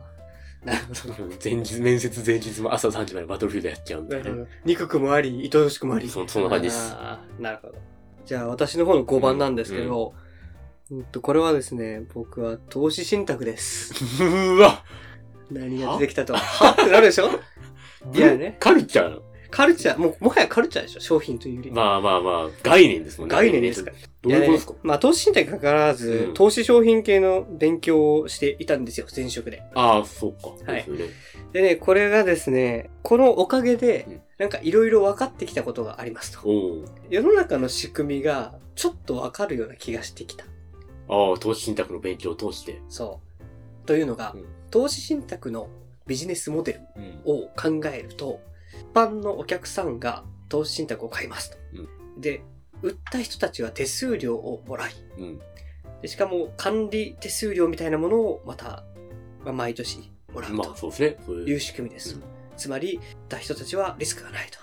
Speaker 2: なるほど。
Speaker 1: 前日、面接前日も朝3時までバトルフィールドやっちゃうん
Speaker 2: な
Speaker 1: で
Speaker 2: るほ
Speaker 1: ね。
Speaker 2: ど。憎くもあり、愛おしくもあり。
Speaker 1: そそんな感じです。
Speaker 2: あーなるほど。じゃあ、私の方の5番なんですけど、うんと、これはですね、僕は投資信託です。
Speaker 1: うわ
Speaker 2: 何が出てきたと。はってなるでし
Speaker 1: (laughs)
Speaker 2: ょいやね
Speaker 1: カルチャーの
Speaker 2: カルチャー、もう、もはやカルチャーでしょ商品というより。
Speaker 1: まあまあまあ、概念ですもんね。
Speaker 2: 概念ですから。
Speaker 1: どういうことです
Speaker 2: い
Speaker 1: か
Speaker 2: やねまあ、投資信託にかかわらず、
Speaker 1: うん
Speaker 2: 投資商品系の勉強をしていたんですよ、前職で。
Speaker 1: ああ、そうか。
Speaker 2: はい
Speaker 1: そうですよね
Speaker 2: でね、これがですね、このおかげで
Speaker 1: うん、
Speaker 2: なんかいろいろ分かってきたことがありますと。
Speaker 1: お
Speaker 2: 世の中の仕組みが、ちょっと分かるような気がしてきた。
Speaker 1: お。ああ、投資信託の勉強を通して。
Speaker 2: そう。というのが、
Speaker 1: うん
Speaker 2: 投資信託のビジネスモデル
Speaker 1: うん。
Speaker 2: を考えると、一般のお客さんが投資信託を買いますと。
Speaker 1: う
Speaker 2: で、売った人たちは手数料をもらい、
Speaker 1: うん。
Speaker 2: でしかも管理手数料みたいなものをまた、まあ、毎年もらう
Speaker 1: まあ、
Speaker 2: と
Speaker 1: そうですね。そういう
Speaker 2: いう仕組みです。
Speaker 1: うん
Speaker 2: つまり、売った人たちはリスクがないと。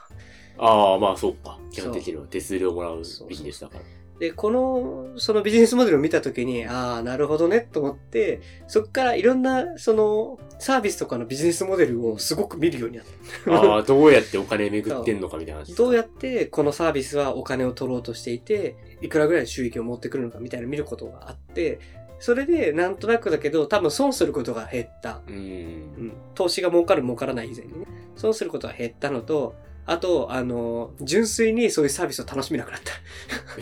Speaker 1: ああ、まあそうか。基本的には手数料もらうビジネスだから。
Speaker 2: で、この、そのビジネスモデルを見たときに、ああ、なるほどね、と思って、そこからいろんな、その、サービスとかのビジネスモデルをすごく見るようになった。
Speaker 1: ああ、どうやってお金巡ってんのかみたいな話。
Speaker 2: どうやってこのサービスはお金を取ろうとしていて、いくらぐらいの収益を持ってくるのかみたいなのを見ることがあって、それでなんとなくだけど多分損することが減った。
Speaker 1: う。
Speaker 2: うんん。投資が儲かる儲からない以前にね。損することが減ったのと、あと、あの、純粋にそういうサービスを楽しめなくなっ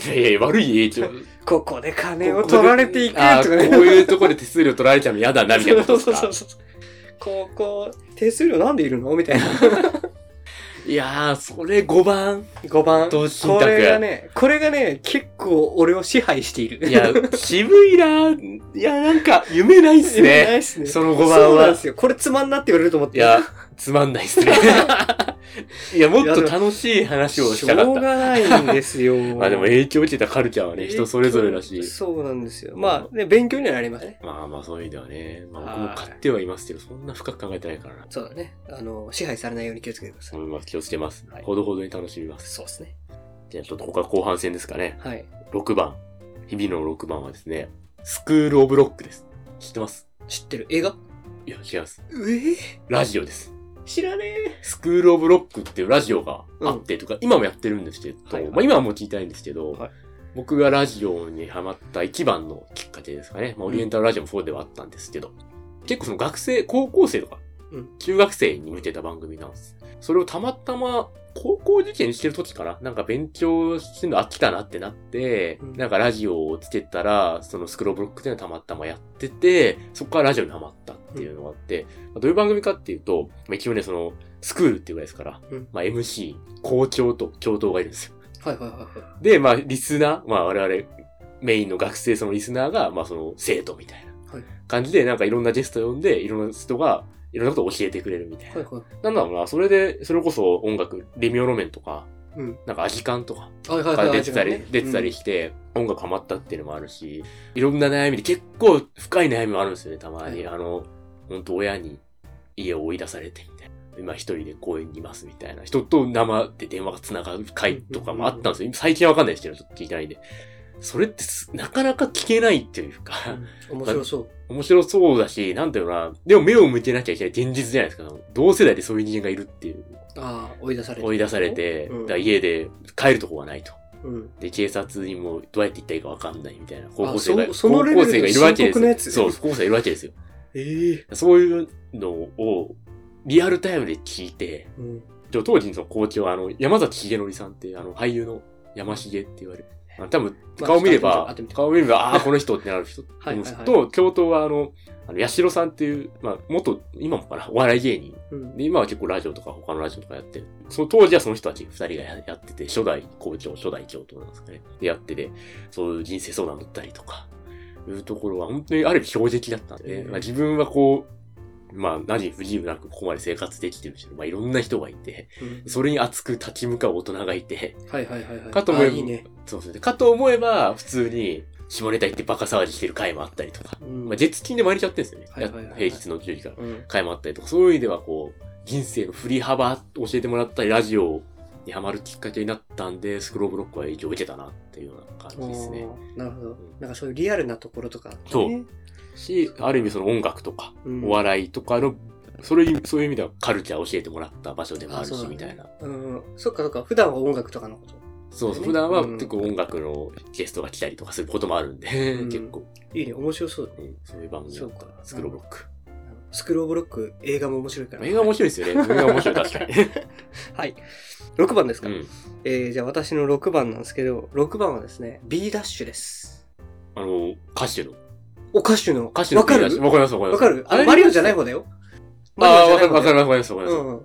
Speaker 2: た。 (laughs)
Speaker 1: いやいや、悪い影響。
Speaker 2: ここで金を取られていくとか
Speaker 1: ああこう
Speaker 2: ね。 (laughs)
Speaker 1: いうところで手数料取られちゃうの嫌だな、みたいなこと
Speaker 2: そう
Speaker 1: です
Speaker 2: そう
Speaker 1: か。
Speaker 2: そうそう。ここ、手数料なんでいるのみたいな。
Speaker 1: (laughs) いやー、それ5番。
Speaker 2: 5番。
Speaker 1: 投資信託
Speaker 2: これがね、これがね、結構俺を支配している。
Speaker 1: いや、渋いなー。いや、なんか、夢ないっす
Speaker 2: 夢 (laughs) ない
Speaker 1: ね。
Speaker 2: っすね。
Speaker 1: その5番は。
Speaker 2: そうなんですよ。これつまんなって言われると思っ
Speaker 1: い
Speaker 2: て。
Speaker 1: や、つまんないっ
Speaker 2: (laughs)
Speaker 1: すね。いや、もっと楽しい話
Speaker 2: し
Speaker 1: を
Speaker 2: ょ
Speaker 1: したかっ
Speaker 2: う
Speaker 1: た。。
Speaker 2: がないんですよ (laughs)
Speaker 1: まあでも影響を受けたカルチャーはね、人それぞれだし。
Speaker 2: そうなんですよ。まあ、ね、勉強にはなりますね。
Speaker 1: まあまあそういう意味ではね、まあ
Speaker 2: はい
Speaker 1: 僕も買ってはいますけど、そんな深く考えてないからな。
Speaker 2: そうだね。あの、支配されないように気をつけてください。
Speaker 1: うんまあ気をつけます
Speaker 2: は。い
Speaker 1: ほどほどに楽しみます。
Speaker 2: そうですね。
Speaker 1: じゃあちょっとここが後半戦ですかね。
Speaker 2: はい。
Speaker 1: 6番。日々の6番はですね、スクールオブロックです。知ってます
Speaker 2: 知ってる映画
Speaker 1: いや、違います。
Speaker 2: うえ
Speaker 1: ラジオです。
Speaker 2: 知らねえ。
Speaker 1: スクールオブロックっていうラジオがあってとか、今もやってるんですけど、
Speaker 2: はいはい
Speaker 1: まあ今はもう聞いてないんですけど、
Speaker 2: はい
Speaker 1: 僕がラジオにハマった一番のきっかけですかね。まあ、オリエンタルラジオもそうではあったんですけど、結構その学生、高校生とか
Speaker 2: うん、
Speaker 1: 中学生に向けた番組なんです。それをたまたま、高校受験してる時かななんか勉強してるの飽きたなってなって、
Speaker 2: うん
Speaker 1: なんかラジオをつけたら、そのスクローブロックっていうのをたまたまやってて、そこからラジオにハマったっていうのがあって、まあどういう番組かっていうと、まあ、一応ね、その、スクールっていうぐらいですから、
Speaker 2: うん
Speaker 1: まあ MC、校長と教頭がいるんですよ。
Speaker 2: はいはいはいは
Speaker 1: で、まあ、リスナー、まあ、我々、メインの学生、そのリスナーが、まあ、その、生徒みたいな
Speaker 2: はい
Speaker 1: 感じで、なんかいろんなゲスト呼んで、いろんな人が、いろんなことを教えてくれるみたいな。
Speaker 2: い。はいはい。
Speaker 1: なんだろうな、それで、それこそ音楽、レミオロメンとか、
Speaker 2: うん
Speaker 1: なんかアジカンとか、
Speaker 2: はいはい
Speaker 1: が
Speaker 2: はい。
Speaker 1: 出てたり、出てたりして、音楽ハマったっていうのもあるし、いろんな悩みで、結構深い悩みもあるんですよね、たまに。
Speaker 2: は
Speaker 1: あの、本当親に家を追い出されてみたいな。今一人で公園にいますみたいな。人と生で電話が繋がる回とかもあったんですよ。最近はわかんないですけど、ちょっと聞いてないんで。それってすなかなか聞けないっていうか、
Speaker 2: うん。面白そう。
Speaker 1: 面白そうだし、なんだろうな。でも目を向けなきゃいけない現実じゃないですか。同世代でそういう人間がいるっていう。
Speaker 2: ああ、追い出されて。
Speaker 1: 追い出されて、
Speaker 2: うん
Speaker 1: だから家で帰るとこがないと。
Speaker 2: うん。
Speaker 1: で、警察にもどうやって行ったらいいかわかんないみたいな、高校
Speaker 2: あ
Speaker 1: 生が、
Speaker 2: そその
Speaker 1: 高
Speaker 2: レベ
Speaker 1: 校
Speaker 2: ル
Speaker 1: 生が
Speaker 2: で
Speaker 1: いるわけ
Speaker 2: 深刻なや
Speaker 1: で
Speaker 2: つ
Speaker 1: すよ。そう、高校生いるわけですよ。
Speaker 2: ええ。
Speaker 1: そういうのを、リアルタイムで聞いて、
Speaker 2: うん。
Speaker 1: で当時の校長は、あの、山崎秀則さんっていう、あの、俳優の山重って言われる。あの多分、
Speaker 2: まあ
Speaker 1: 顔見れば、
Speaker 2: 会ってみて
Speaker 1: 顔見れば、ああー、この人ってなる人。
Speaker 2: はいはいはい
Speaker 1: と、教頭は、あの、あの、八代さんっていう、まあ、元、今もかな、お笑い芸人
Speaker 2: うん。
Speaker 1: で、今は結構ラジオとか他のラジオとかやってる。その当時はその人たち二人がややってて、初代校長、初代教頭なんですかね。で、やってて、そういう人生相談だったりとか、いうところは本当にある意味衝撃だったんで、ね
Speaker 2: うん
Speaker 1: まあ、自分はこう、まあ何不自由なくここまで生活できてるし、まあいろんな人がいて、それに熱く立ち向かう大人がいて、
Speaker 2: はいはいはいはい。
Speaker 1: かと思え
Speaker 2: あ
Speaker 1: ば
Speaker 2: いいね。
Speaker 1: そうですね。かと思えば、普通に下ネタ行ってバカ騒ぎしてる回もあったりとか、
Speaker 2: うん
Speaker 1: まあ絶金で毎日やってるんですよね。
Speaker 2: はいはいはいはい
Speaker 1: や平日の10時から。
Speaker 2: うん。
Speaker 1: 回もあったりとか、そういう意味ではこう、人生の振り幅を教えてもらったり、ラジオにハマるきっかけになったんで、スクローブロックは影響を受けたなっていうような感じですね。
Speaker 2: おーなるほど。なんかそういうリアルなところとか、ね。
Speaker 1: そうし、ある意味その音楽とか、
Speaker 2: うん。
Speaker 1: お笑いとかの、それにそういう意味ではカルチャーを教えてもらった場所でもある
Speaker 2: あそう
Speaker 1: し、
Speaker 2: だね
Speaker 1: みたいな。
Speaker 2: うん。そっかそっか。普段は音楽とかのこと。
Speaker 1: そうそう、
Speaker 2: ね
Speaker 1: 普段は
Speaker 2: うん
Speaker 1: 結構音楽のゲストが来たりとかすることもあるんで、
Speaker 2: うん
Speaker 1: 結構、
Speaker 2: いいね。面白そう。
Speaker 1: うんそういう番組だった
Speaker 2: そうか
Speaker 1: スクローブロック。
Speaker 2: スクローブロック、映画も面白いから。
Speaker 1: 映画面白いです
Speaker 2: (laughs)
Speaker 1: よね。映画面白い、確かに。
Speaker 2: はい。6番です
Speaker 1: う
Speaker 2: か、
Speaker 1: ん。
Speaker 2: えー、じゃあ私の6番なんですけど、6番はですね、B ダッシュです。
Speaker 1: あの、歌手の。
Speaker 2: お、歌手の。
Speaker 1: 歌手の
Speaker 2: わかる
Speaker 1: わかります、わかります。
Speaker 2: わかるあ
Speaker 1: れ
Speaker 2: の、マリオじゃない方だよ。
Speaker 1: ああ、わかります、わかります、わかります、わかり
Speaker 2: マリオじゃない方だよ
Speaker 1: ます。
Speaker 2: うんうん。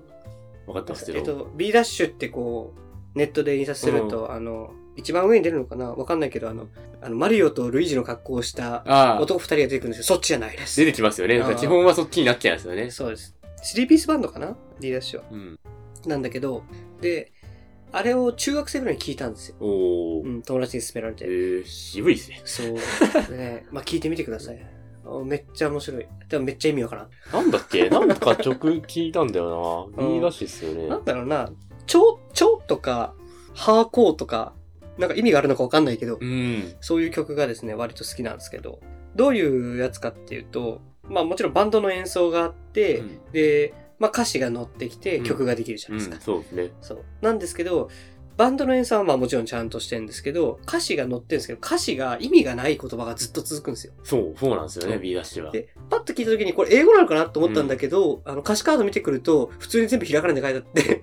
Speaker 1: 分かってますけど。
Speaker 2: えっと、B ダッシュってこう、ネットで印刷すると、あの、一番上に出るのかなわかんないけど、あの、あのマリオとルイージの格好をした
Speaker 1: ああ、
Speaker 2: 男二人が出てくるんですよ。そっちじゃないです。
Speaker 1: 出てきますよね。
Speaker 2: ああ
Speaker 1: 基本はそっちになっちゃうんですよね。
Speaker 2: そうです。スリーピースバンドかな ?B ダッシュは。
Speaker 1: うん。
Speaker 2: なんだけど、で、あれを中学生ぐらいに聞いたんですよ。
Speaker 1: おお、
Speaker 2: うん、友達に勧められ
Speaker 1: え
Speaker 2: て。
Speaker 1: ー、渋いですね。
Speaker 2: そう。ね、 (laughs) まあ聞いてみてください。あめっちゃ面白い。でもめっちゃ意味わからん。
Speaker 1: なんだっけなんか曲聞いたんだよな。
Speaker 2: うん
Speaker 1: B ダッシュっすよね。
Speaker 2: なんだろうな、超、超とか、ハーコーとか、なんか意味があるのかわかんないけど、
Speaker 1: うん。
Speaker 2: そういう曲がですね、割と好きなんですけど、どういうやつかっていうと、まあもちろんバンドの演奏があって、
Speaker 1: うん
Speaker 2: で、まあ歌詞が乗ってきて
Speaker 1: うん
Speaker 2: 曲ができるじゃ
Speaker 1: う
Speaker 2: ない
Speaker 1: ん
Speaker 2: ですか。
Speaker 1: そうですね。
Speaker 2: そう。なんですけど、バンドの演奏はまあもちろんちゃんとしてるんですけど、歌詞が載ってるんですけど、歌詞が意味がない言葉がずっと続くんですよ。
Speaker 1: そう、そうなんですよ
Speaker 2: そ
Speaker 1: ね、
Speaker 2: う
Speaker 1: B ダッシュは。
Speaker 2: で、パッと聞いた時にこれ英語なのかなと思ったんだけど、あの歌詞カード見てくると、普通に全部ひらがなで書いてあって、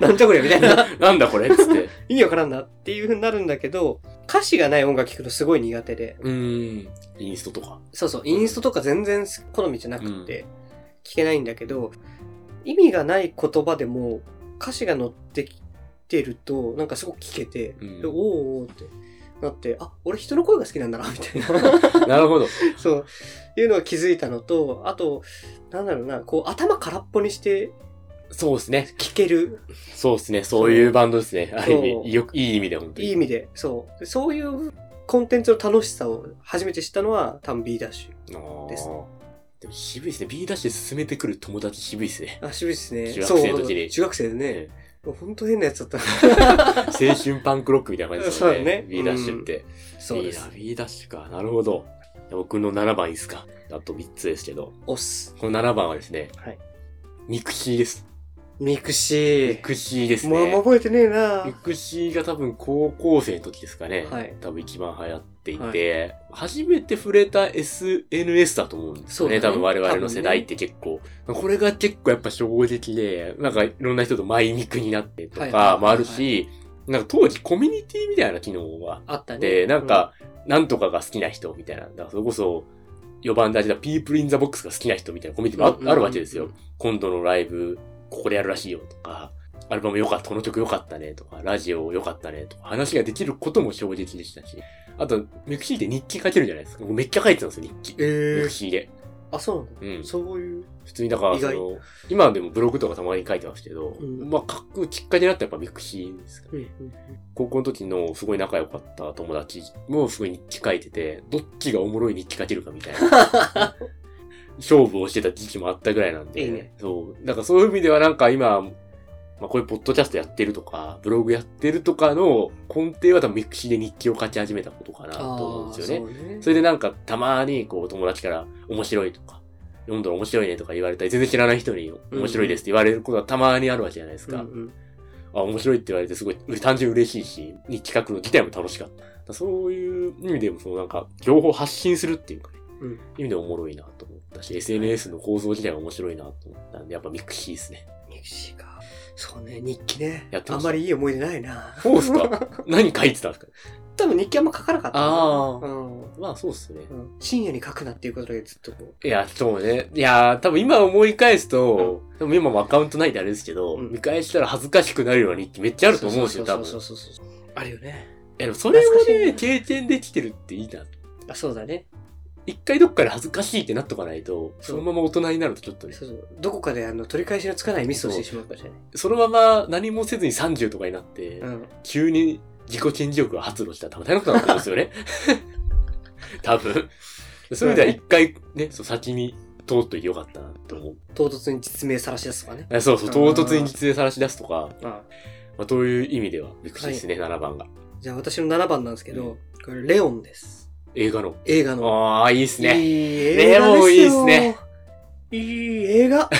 Speaker 2: なんじゃこりゃみたいな、
Speaker 1: (laughs) なんだこれっつ
Speaker 2: (laughs)
Speaker 1: って。
Speaker 2: 意味わからんなっていう風になるんだけど、歌詞がない音楽聞くとすごい苦手で、
Speaker 1: うん。インストとか。
Speaker 2: そうそう、インストとか全然好みじゃなくて、聞けないんだけど、意味がない言葉でも歌詞が乗ってきてると、なんかすごく聞けて、
Speaker 1: うん
Speaker 2: でおーおーってなって、あ、俺人の声が好きなんだな、みたい
Speaker 1: (laughs)
Speaker 2: な、
Speaker 1: なるほど。
Speaker 2: そう、いうのを気づいたのと、あと、なんだろうな、こう頭空っぽにして
Speaker 1: そうですね。
Speaker 2: 聞ける、
Speaker 1: そうですね。そういうバンドですね。ある意
Speaker 2: そう
Speaker 1: 味、よく、いい意味で、本当に。
Speaker 2: いい意味で、そう、でそういうコンテンツの楽しさを初めて知ったのは、多分 B ダッシ
Speaker 1: あー
Speaker 2: です
Speaker 1: でも渋いですね。B ダッシュ進めてくる友達渋いですね。
Speaker 2: ュ。あ、渋いですね。
Speaker 1: 中学生の時に
Speaker 2: そう中学生でね
Speaker 1: え。
Speaker 2: もうほんと変なや
Speaker 1: (laughs)
Speaker 2: つだった。
Speaker 1: 青春パンクロックみたいな感じです
Speaker 2: そう
Speaker 1: よね。
Speaker 2: だね
Speaker 1: B ダッシュって。
Speaker 2: そうです。
Speaker 1: いいな、B ダッシュか。なるほど。僕の7番いいですか。あと3つですけど。
Speaker 2: 押す。
Speaker 1: この7番はですね、
Speaker 2: はい。
Speaker 1: ミクシーです。
Speaker 2: ミクシ
Speaker 1: ミ
Speaker 2: ー。
Speaker 1: クシーです
Speaker 2: もう
Speaker 1: ね。
Speaker 2: 覚えてねえな
Speaker 1: ミクシーが多分高校生の時ですかね。
Speaker 2: はい
Speaker 1: 多分一番流行っていて、初めて触れた SNS だと思うんですよね。
Speaker 2: そうだね
Speaker 1: 多分我々の世代って結構、これが結構やっぱ衝撃で、なんかいろんな人とマイミクになってと
Speaker 2: はいはいはいは
Speaker 1: か
Speaker 2: い
Speaker 1: もあるし、なんか当時コミュニティみたいな機能が
Speaker 2: あった
Speaker 1: あっ
Speaker 2: ね。
Speaker 1: て、なんか、なんとかが好きな人みたいな、だからそれこそ、4番大事なピープルインザボックスが好きな人みたいなコミュニティもあ,、
Speaker 2: うん
Speaker 1: あるわけですよ
Speaker 2: うん。
Speaker 1: 今度のライブ、ここでやるらしいよとか、アルバム良かった、この曲良かったねとか、ラジオ良かったねとか、話ができることも衝撃でしたし、あと、ミクシーで日記書けるじゃないですか。僕めっちゃ書いてたんですよ、日記。
Speaker 2: うん。え
Speaker 1: ミ
Speaker 2: え
Speaker 1: ク。シーで。
Speaker 2: あ、そうなんだ。
Speaker 1: うん。
Speaker 2: そういう。
Speaker 1: 普通にだから、
Speaker 2: 意
Speaker 1: そ
Speaker 2: 外
Speaker 1: の、今でもブログとかたまに書いてますけど、
Speaker 2: うん
Speaker 1: まあ書くきっかけになったやっぱミクシーですかね
Speaker 2: うん
Speaker 1: (laughs) 高校の時のすごい仲良かった友達もすごい日記書いてて、どっちがおもろい日記書けるかみたい
Speaker 2: (laughs)
Speaker 1: な勝負をしてた時期もあったぐらいなんで。
Speaker 2: いいね
Speaker 1: そう。だからそういう意味ではなんか今、まあこういうポッドキャストやってるとか、ブログやってるとかの根底は多分ミクシーで日記を書き始めたことかなと
Speaker 2: ああ、
Speaker 1: 思うんですよね。
Speaker 2: そうね。
Speaker 1: それでなんかたまにこう友達から面白いとか、読んだら面白いねとか言われたり、全然知らない人に面白いですって言われることはたまにあるわけじゃないです
Speaker 2: うん
Speaker 1: か。
Speaker 2: うん
Speaker 1: あ、面白いって言われてすごい単純に嬉しいし、日記書くの自体も楽しかった。だからそういう意味でも、そのなんか、情報発信するっていうかね、
Speaker 2: うん
Speaker 1: 意味でおもろいなと思ったし、SNS の構造自体が面白いなと思ったんで、やっぱミクシーですね。
Speaker 2: ミクシーか。そうね、日記ね。
Speaker 1: やって
Speaker 2: あ
Speaker 1: ま
Speaker 2: ん
Speaker 1: した
Speaker 2: まりいい思い出ないな。
Speaker 1: そうっすか
Speaker 2: (laughs)
Speaker 1: 何書いてたんですか
Speaker 2: 多分日記あんま書かなかったな。
Speaker 1: あー
Speaker 2: うん。
Speaker 1: まあそうっすね。
Speaker 2: うん深夜に書くなっていうことでずっとこ
Speaker 1: いや、そうね。いや、多分今思い返すと、でも今もアカウントないであれですけど、
Speaker 2: うん
Speaker 1: 見返したら恥ずかしくなるような日記めっち
Speaker 2: う。
Speaker 1: ゃあると思うんですよ、多分。
Speaker 2: そうそうそうそうそう。あるよね。
Speaker 1: いやでもそれを
Speaker 2: 懐かしい
Speaker 1: ね、
Speaker 2: ね
Speaker 1: 経験できてるっていいな。
Speaker 2: あ、そうだね。
Speaker 1: 一回どっかで恥ずかしいってなっとかないと、
Speaker 2: そ
Speaker 1: そうのまま大人になるとちょっとね、
Speaker 2: そうそう。どこかであの取り返しのつかないミスをしてしまうかもしれない。
Speaker 1: そのまま何もせずに30とかになって、
Speaker 2: うん。
Speaker 1: 急に自己顕示欲が発露したら多分大変なことになってますよ
Speaker 2: (laughs)
Speaker 1: ね。多分。そういう意味では一回ね、そう先に通っといてよかったなと思う
Speaker 2: 唐突に実名さらし出すとかね。
Speaker 1: あ。そうそう、
Speaker 2: あ
Speaker 1: 唐
Speaker 2: ー
Speaker 1: 突に実演さらし出すとか、
Speaker 2: あ
Speaker 1: まあ、という意味では、ミクシーですね、7番が。
Speaker 2: じゃあ私の7番なんですけ
Speaker 1: う
Speaker 2: ど、これレオンです。
Speaker 1: 映画の。
Speaker 2: 映画の。
Speaker 1: ああ、いいですね。
Speaker 2: いい映画
Speaker 1: レオンいい
Speaker 2: で
Speaker 1: っ
Speaker 2: す
Speaker 1: す
Speaker 2: よ。
Speaker 1: ね。
Speaker 2: いい映画。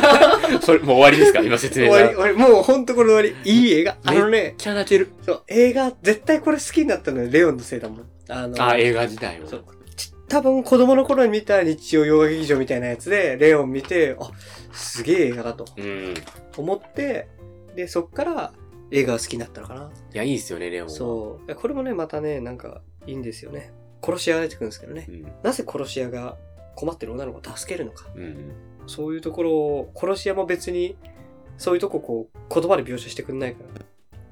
Speaker 1: (laughs) それ、もう終わりですか今説 (laughs)
Speaker 2: 終
Speaker 1: 明
Speaker 2: わ
Speaker 1: が。
Speaker 2: り、終
Speaker 1: めっ
Speaker 2: わり。もうほんとこれ終わり。いい映画。あのね、
Speaker 1: ちゃ泣ける。
Speaker 2: そう、映画、絶対これ好きになったのはレオンのせいだもん。あの、
Speaker 1: ああ、映画自体を。
Speaker 2: そうち多分子供の頃に見た日曜洋画劇場みたいなやつで、レオン見て、あ、すげえ映画だと
Speaker 1: うん。い
Speaker 2: 思って、で、そっから映画が好きになったのかな。
Speaker 1: や、いいですよね、レオンは。
Speaker 2: そう。これもね、またね、なんか、いいんですよね。殺し屋が出てくるんですけどね
Speaker 1: う。ん。
Speaker 2: なぜ殺し屋が困ってる女の子を助けるのか。
Speaker 1: うん。
Speaker 2: そういうところを、殺し屋も別に、そういうとここう、言葉で描写してくんないから、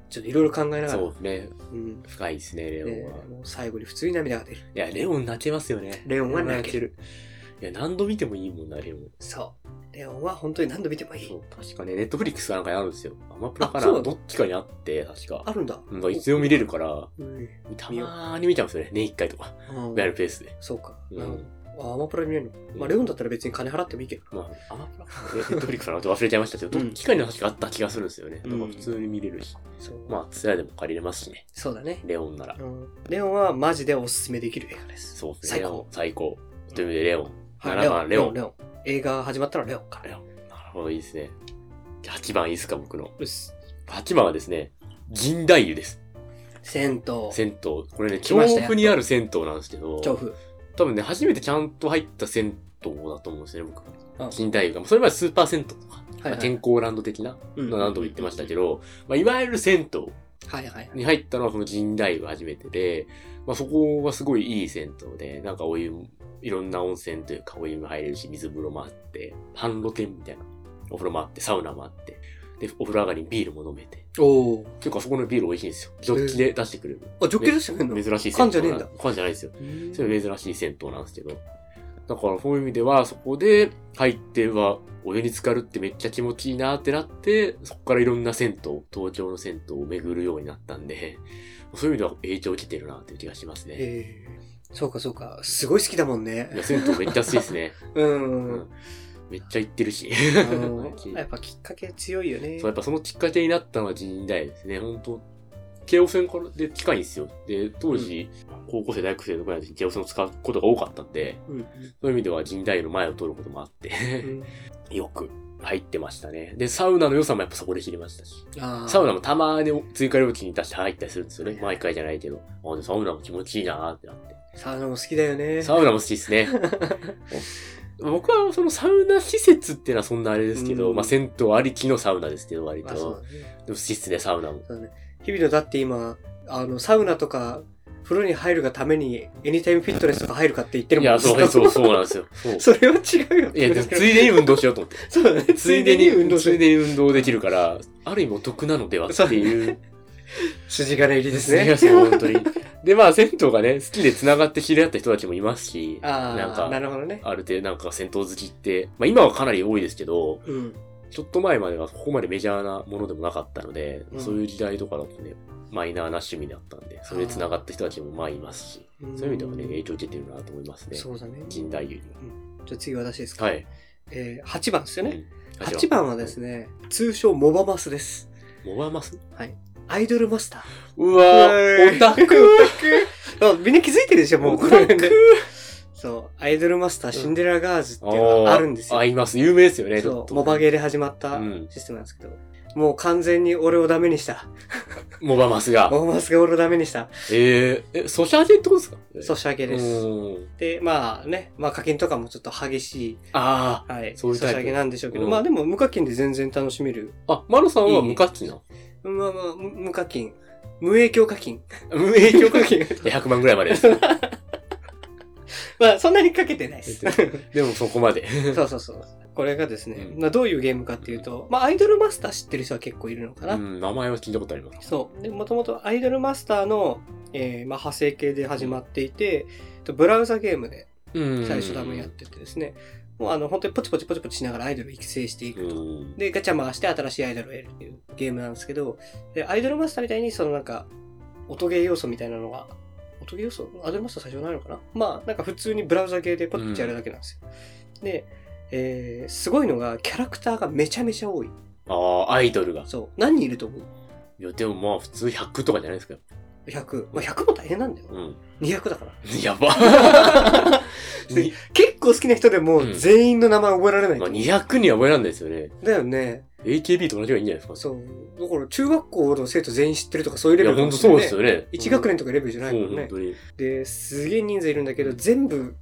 Speaker 2: ちょっといろいろ考えながら、
Speaker 1: そうね。
Speaker 2: うん。
Speaker 1: 深いですね、レオ
Speaker 2: で
Speaker 1: ンは。
Speaker 2: もう最後に普通に涙が出る。
Speaker 1: いや、レオン泣けますよね。
Speaker 2: レオンは泣ける。
Speaker 1: いや、何度見てもいいもんな、レオン。
Speaker 2: そう。レオンは本当に何度見てもいい。
Speaker 1: そう、確かね、ネットフリックスなんかにあるんですよ。アマプラか
Speaker 2: あそうな
Speaker 1: など
Speaker 2: の
Speaker 1: っちかにあって、確か。
Speaker 2: あるんだ。
Speaker 1: なんかいつでも見れるから、
Speaker 2: うん。
Speaker 1: たまーに見ちゃうんですよね。年一回とか。
Speaker 2: うん
Speaker 1: リアルペースで。
Speaker 2: そうか。
Speaker 1: う
Speaker 2: なるほ
Speaker 1: ん。
Speaker 2: どあアマプラ見れるのまあ、レオンだったら別に金払ってもいいけど。
Speaker 1: まあ、アマプラかなネットフリックスかなちょっと忘れちゃいましたけど、
Speaker 2: うん
Speaker 1: どっちかには確かあった気がするんですよね。
Speaker 2: う
Speaker 1: だ
Speaker 2: ん
Speaker 1: から普通に見れるし。
Speaker 2: そう。
Speaker 1: まあ、ツヤでも借りれますしね。
Speaker 2: そうだね。
Speaker 1: レオンなら
Speaker 2: う。ん。レオンはマジでおすすめできる映画です。
Speaker 1: そうですね。
Speaker 2: 最
Speaker 1: レ
Speaker 2: 高
Speaker 1: オン、最高。という意味で、レオン。
Speaker 2: はい
Speaker 1: 7番レオン
Speaker 2: レオン。映画始まったらレオンか
Speaker 1: レ
Speaker 2: ら。
Speaker 1: オン。なるほど、いいですね。8番いいですか、僕の。
Speaker 2: うっす。
Speaker 1: 8番はですね、銀太湯です。
Speaker 2: 銭湯。
Speaker 1: 銭湯。これね、
Speaker 2: 来
Speaker 1: 調
Speaker 2: ましたよ
Speaker 1: 布にある銭湯なんですけど、
Speaker 2: 調布。
Speaker 1: 多分ね、初めてちゃんと入った銭湯だと思うんですよね、
Speaker 2: う
Speaker 1: 僕。
Speaker 2: ん
Speaker 1: 近代湯が。まあそれまでスーパー銭湯とか、
Speaker 2: はい
Speaker 1: ま
Speaker 2: は
Speaker 1: あ
Speaker 2: い
Speaker 1: 健康ランド的な、
Speaker 2: うん
Speaker 1: の何度も言ってましたけど、まあ、いわゆる銭
Speaker 2: はいはい
Speaker 1: 湯。に入ったのはこの近代湯が初めてで、まあ、そこはすごいいい銭湯で、なんかお湯も、いろんな温泉というか、お湯も入れるし、水風呂もあって、半露天みたいな。お風呂もあって、サウナもあって。で、お風呂上がりにビールも飲めて。
Speaker 2: おお。
Speaker 1: 結構あそこのビール美味しいんですよ。ジョッキで出してくれる。
Speaker 2: あ、ジョッキ出してくんの
Speaker 1: 珍しい
Speaker 2: 缶じゃねえんだ
Speaker 1: な缶じゃないですよ。
Speaker 2: うん
Speaker 1: それ珍しい銭湯なんですけど。だからそういう意味では、そこで入っては、お湯に浸かるってめっちゃ気持ちいいなってなって、そこからいろんな銭湯、東京の銭湯を巡るようになったんで、そういう意味では影響を受けてるなっていう気がしますね。
Speaker 2: えーそうかそうか。すごい好きだもんね
Speaker 1: い。や、銭湯めっちゃ好きですね。
Speaker 2: うん。
Speaker 1: うんめっちゃ行ってるし。
Speaker 2: あ
Speaker 1: 毎 (laughs)
Speaker 2: の
Speaker 1: 日
Speaker 2: やっぱきっかけ強いよね
Speaker 1: そう、。やっぱそのきっかけになったのは人代ですね。本当京王線からで近いんですよ。で、当時、高校生、大学生のぐらいの時に京王線を使うことが多かったんで、
Speaker 2: うん
Speaker 1: そういう意味では人代の前を通ることもあって、
Speaker 2: うん
Speaker 1: (laughs) よく入ってましたね。で、サウナの良さもやっぱそこで知りましたし。
Speaker 2: ああ。
Speaker 1: サウ
Speaker 2: ナ。
Speaker 1: ナもたまに追加料金に出して入ったりするんですよ
Speaker 2: は
Speaker 1: ね
Speaker 2: い。はい
Speaker 1: 毎回じゃないけど。あ、でサウナも気持ちいいなーってなって。
Speaker 2: サウナも好きだよね。
Speaker 1: サウナも好きです
Speaker 2: (laughs)
Speaker 1: ね。僕はそのサウナ施設っていうのはそんなあれですけど、
Speaker 2: うん
Speaker 1: まあ銭湯ありきのサウナですけど、割
Speaker 2: まあそう
Speaker 1: と。
Speaker 2: だね。
Speaker 1: でも好きっすね、サウナも。
Speaker 2: そうだね。日々のだって今、あの、サウナとか、風呂に入るがために、エニタイムフィットネスとか入るかって言ってる
Speaker 1: い
Speaker 2: もん
Speaker 1: や、そう、そう、そうなんですよ。そう。
Speaker 2: (laughs) それは違うよ。
Speaker 1: いや、でもついでに運動しよう
Speaker 2: (laughs)
Speaker 1: と思って。
Speaker 2: そうだね。
Speaker 1: ついでに運動
Speaker 2: す
Speaker 1: つい
Speaker 2: る。
Speaker 1: でに運動できるから、ある意味お得なのではっていう。
Speaker 2: 筋金入りですね。
Speaker 1: いやそう本当に。で、まあ、銭湯がね、好きで繋がって知り合った人たちもいますし、
Speaker 2: ああ、
Speaker 1: なんか
Speaker 2: なるほどね。
Speaker 1: ある程度なんか銭湯好きって、まあ今はかなり多いですけど、
Speaker 2: うん。
Speaker 1: ちょっと前まではここまでメジャーなものでもなかったので、
Speaker 2: うん
Speaker 1: そういう時代とかだとね、マイナーな趣味だったんで、それで繋がった人たちもまあいますし、そういう意味ではね、影響受けてるなと思いますね。
Speaker 2: そうだね。じ
Speaker 1: 近代流に
Speaker 2: ゃあ次私ですか。
Speaker 1: は。い。
Speaker 2: えー、8番ですよね。
Speaker 1: うん
Speaker 2: 8番はです。ね、通称モバマスです。
Speaker 1: モバマス
Speaker 2: アイドルマスター。
Speaker 1: うわ
Speaker 2: う
Speaker 1: ー、
Speaker 2: ーい
Speaker 1: オタク
Speaker 2: あみんな気づいてるでしょ、もうこれ
Speaker 1: オタ
Speaker 2: ね
Speaker 1: ク。
Speaker 2: そう、アイドルマスターシンデレラガールズっていうのがあるんです
Speaker 1: (laughs)
Speaker 2: よ
Speaker 1: あーあ。ります。有名ですよね、ちょ
Speaker 2: そ
Speaker 1: っ
Speaker 2: う、
Speaker 1: と
Speaker 2: モバゲーで始まった
Speaker 1: うん
Speaker 2: システムなんですけど。もう完全に俺をダメにした。
Speaker 1: モバマスが。
Speaker 2: モバマスが俺をダメにした。
Speaker 1: えー、え、ソシャゲってことですか
Speaker 2: ソシャゲ
Speaker 1: う
Speaker 2: です。
Speaker 1: ーん。
Speaker 2: で、まあね、まあ課金とかもちょっと激しい、
Speaker 1: あ
Speaker 2: はい、
Speaker 1: そ
Speaker 2: ソ
Speaker 1: うい
Speaker 2: シ
Speaker 1: うタイプ
Speaker 2: ャゲなんでしょうけど、
Speaker 1: うん
Speaker 2: まあでも無課金で全然楽しめる。
Speaker 1: あ。あ、マロさんは無課金なの
Speaker 2: まあまあ、無無課金。無影響課金。
Speaker 1: 無影響課金。
Speaker 2: 金
Speaker 1: 100万ぐらいまでです。
Speaker 2: (laughs) まあ、そんなにかけてないです。
Speaker 1: でもそこまで。
Speaker 2: そうそうそう。これがですね、
Speaker 1: うん
Speaker 2: まあどういうゲームかっていうと、まあ、アイドルマスター知ってる人は結構いるのかな。
Speaker 1: うん、名前は聞いたことあります。
Speaker 2: そう。で、もともとアイドルマスターの、えーまあ、派生系で始まっていて、とブラウザゲームで
Speaker 1: うん
Speaker 2: 最初多分やっててですね、もうあの、本当にポチポチポチポチしながらアイドルを育成していくと。
Speaker 1: ん。
Speaker 2: で、ガチャ回して新しいアイドルを得るっていうゲームなんですけど、で、アイドルマスターみたいにそのなんか、音ゲー要素みたいなのが、音ゲー要素アイドルマスター最初ないのかなまあ、なんか普通にブラウザ系でポッチやるだけなんですよ。で、えー、すごいのが、キャラクターがめちゃめちゃ多い。
Speaker 1: ああ、アイドルが。
Speaker 2: そう。何人いると思う
Speaker 1: いや、でもまあ普通100とかじゃないですか。
Speaker 2: ?100。まあ、100も大変なんだよ。
Speaker 1: うん。 (laughs)
Speaker 2: 200だから。
Speaker 1: や
Speaker 2: (laughs)
Speaker 1: ば。に
Speaker 2: 結構好きな人でも
Speaker 1: うん
Speaker 2: 全員の名前覚えられないと
Speaker 1: まあ
Speaker 2: 思う、
Speaker 1: 200には覚えらんないですよね。
Speaker 2: だよね。
Speaker 1: AKB と同じがいいんじゃないですか。
Speaker 2: そう。だから中学校の生徒全員知ってるとかそういう
Speaker 1: い
Speaker 2: レベ
Speaker 1: や、
Speaker 2: ルか
Speaker 1: ほ
Speaker 2: も
Speaker 1: んと
Speaker 2: しれ
Speaker 1: そ
Speaker 2: ないう
Speaker 1: ですよね。
Speaker 2: 1学年とかレベルじゃないもん
Speaker 1: そう、
Speaker 2: ね
Speaker 1: 本。当に。
Speaker 2: で、すげえ人数いるんだけど、全部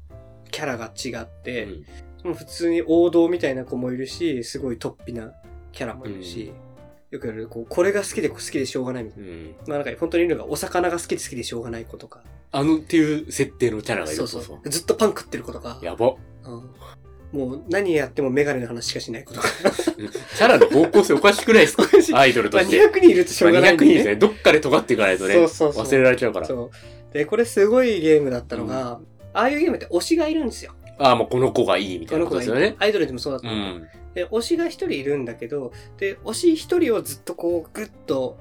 Speaker 2: キャラが違って、
Speaker 1: うん
Speaker 2: もう普通に王道みたいな子もいるし、すごい突飛なキャラもいるし、よく言われる、こう、これが好きで好きでしょうがないみたい
Speaker 1: うん。
Speaker 2: な。まあなんか本当にいるのが、お魚が好きで好きでしょうがない子とか、
Speaker 1: あのっていう設定のキャラがいる
Speaker 2: そう
Speaker 1: と
Speaker 2: そう。ずっとパン食ってる子とか、
Speaker 1: やば。 (laughs)
Speaker 2: うんもう何やってもメガネの話しかしない子
Speaker 1: (laughs)
Speaker 2: とか。
Speaker 1: キャラの方向性おかしくないで
Speaker 2: (laughs)
Speaker 1: すかアイドルと
Speaker 2: まあ
Speaker 1: して。
Speaker 2: 200人いるとしょうがな
Speaker 1: 200
Speaker 2: いん
Speaker 1: 人
Speaker 2: で
Speaker 1: ですね。どっかで尖っていかないとね。
Speaker 2: そうそうそう
Speaker 1: 忘れられちゃうから。
Speaker 2: そう。で、これすごいゲームだったのが、ああいうゲームって推しがいるんですよ。
Speaker 1: ああ、もうこの子がいいみた
Speaker 2: こ
Speaker 1: いな
Speaker 2: の
Speaker 1: こ
Speaker 2: 子
Speaker 1: と
Speaker 2: が
Speaker 1: で
Speaker 2: い
Speaker 1: すよ
Speaker 2: る
Speaker 1: ね。
Speaker 2: アイドルでもそうだった
Speaker 1: う
Speaker 2: のか、
Speaker 1: ん。
Speaker 2: で、推しが一人いるんだけど、で、推し一人をずっとこう、ぐっと、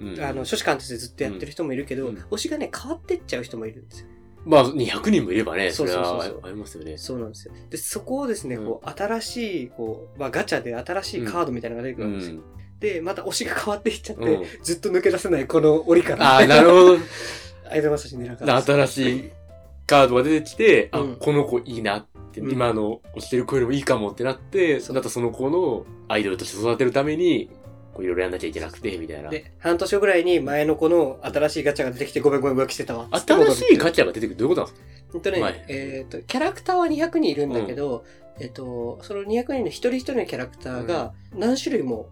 Speaker 1: うん
Speaker 2: あの、諸子貫徹でずっとやってる人もいるけど、
Speaker 1: うん
Speaker 2: 推しがね、変わってっちゃう人もいるんですよ。
Speaker 1: まあ、200人もいればね、
Speaker 2: そ
Speaker 1: そうれ
Speaker 2: そうそう
Speaker 1: は
Speaker 2: そう
Speaker 1: ありますよね。
Speaker 2: そうなんですよ。で、そこをですね、
Speaker 1: うん
Speaker 2: こう、新しい、こう、まあ、ガチャで新しいカードみたいなのが出てく
Speaker 1: う
Speaker 2: るんですよ。
Speaker 1: ん。
Speaker 2: で、また推しが変わっていっちゃって、
Speaker 1: うん
Speaker 2: ずっと抜け出せない、この檻から。 (laughs)
Speaker 1: ああ、なるほど。
Speaker 2: アイドルマスターシンデレラガール
Speaker 1: な
Speaker 2: ズ
Speaker 1: 新しいカードが出てきて、あ、
Speaker 2: うん
Speaker 1: この子いいなって、
Speaker 2: うん
Speaker 1: 今の推してる子よりもいいかもってなって、
Speaker 2: そう
Speaker 1: またその子のアイドルとして育てるために、こういろいろやんなきゃいけなくて、みたいな。
Speaker 2: で、半年後ぐらいに前の子の新しいガチャが出てきて、ごめんごめん浮気してたわ。
Speaker 1: 新しい
Speaker 2: チャ
Speaker 1: ガチャが出てくるどういうことなんですか
Speaker 2: えっとね、
Speaker 1: はい
Speaker 2: えっと、キャラクターは200人いるんだけど、えっと、その200人の一人一人のキャラクターが何種類も、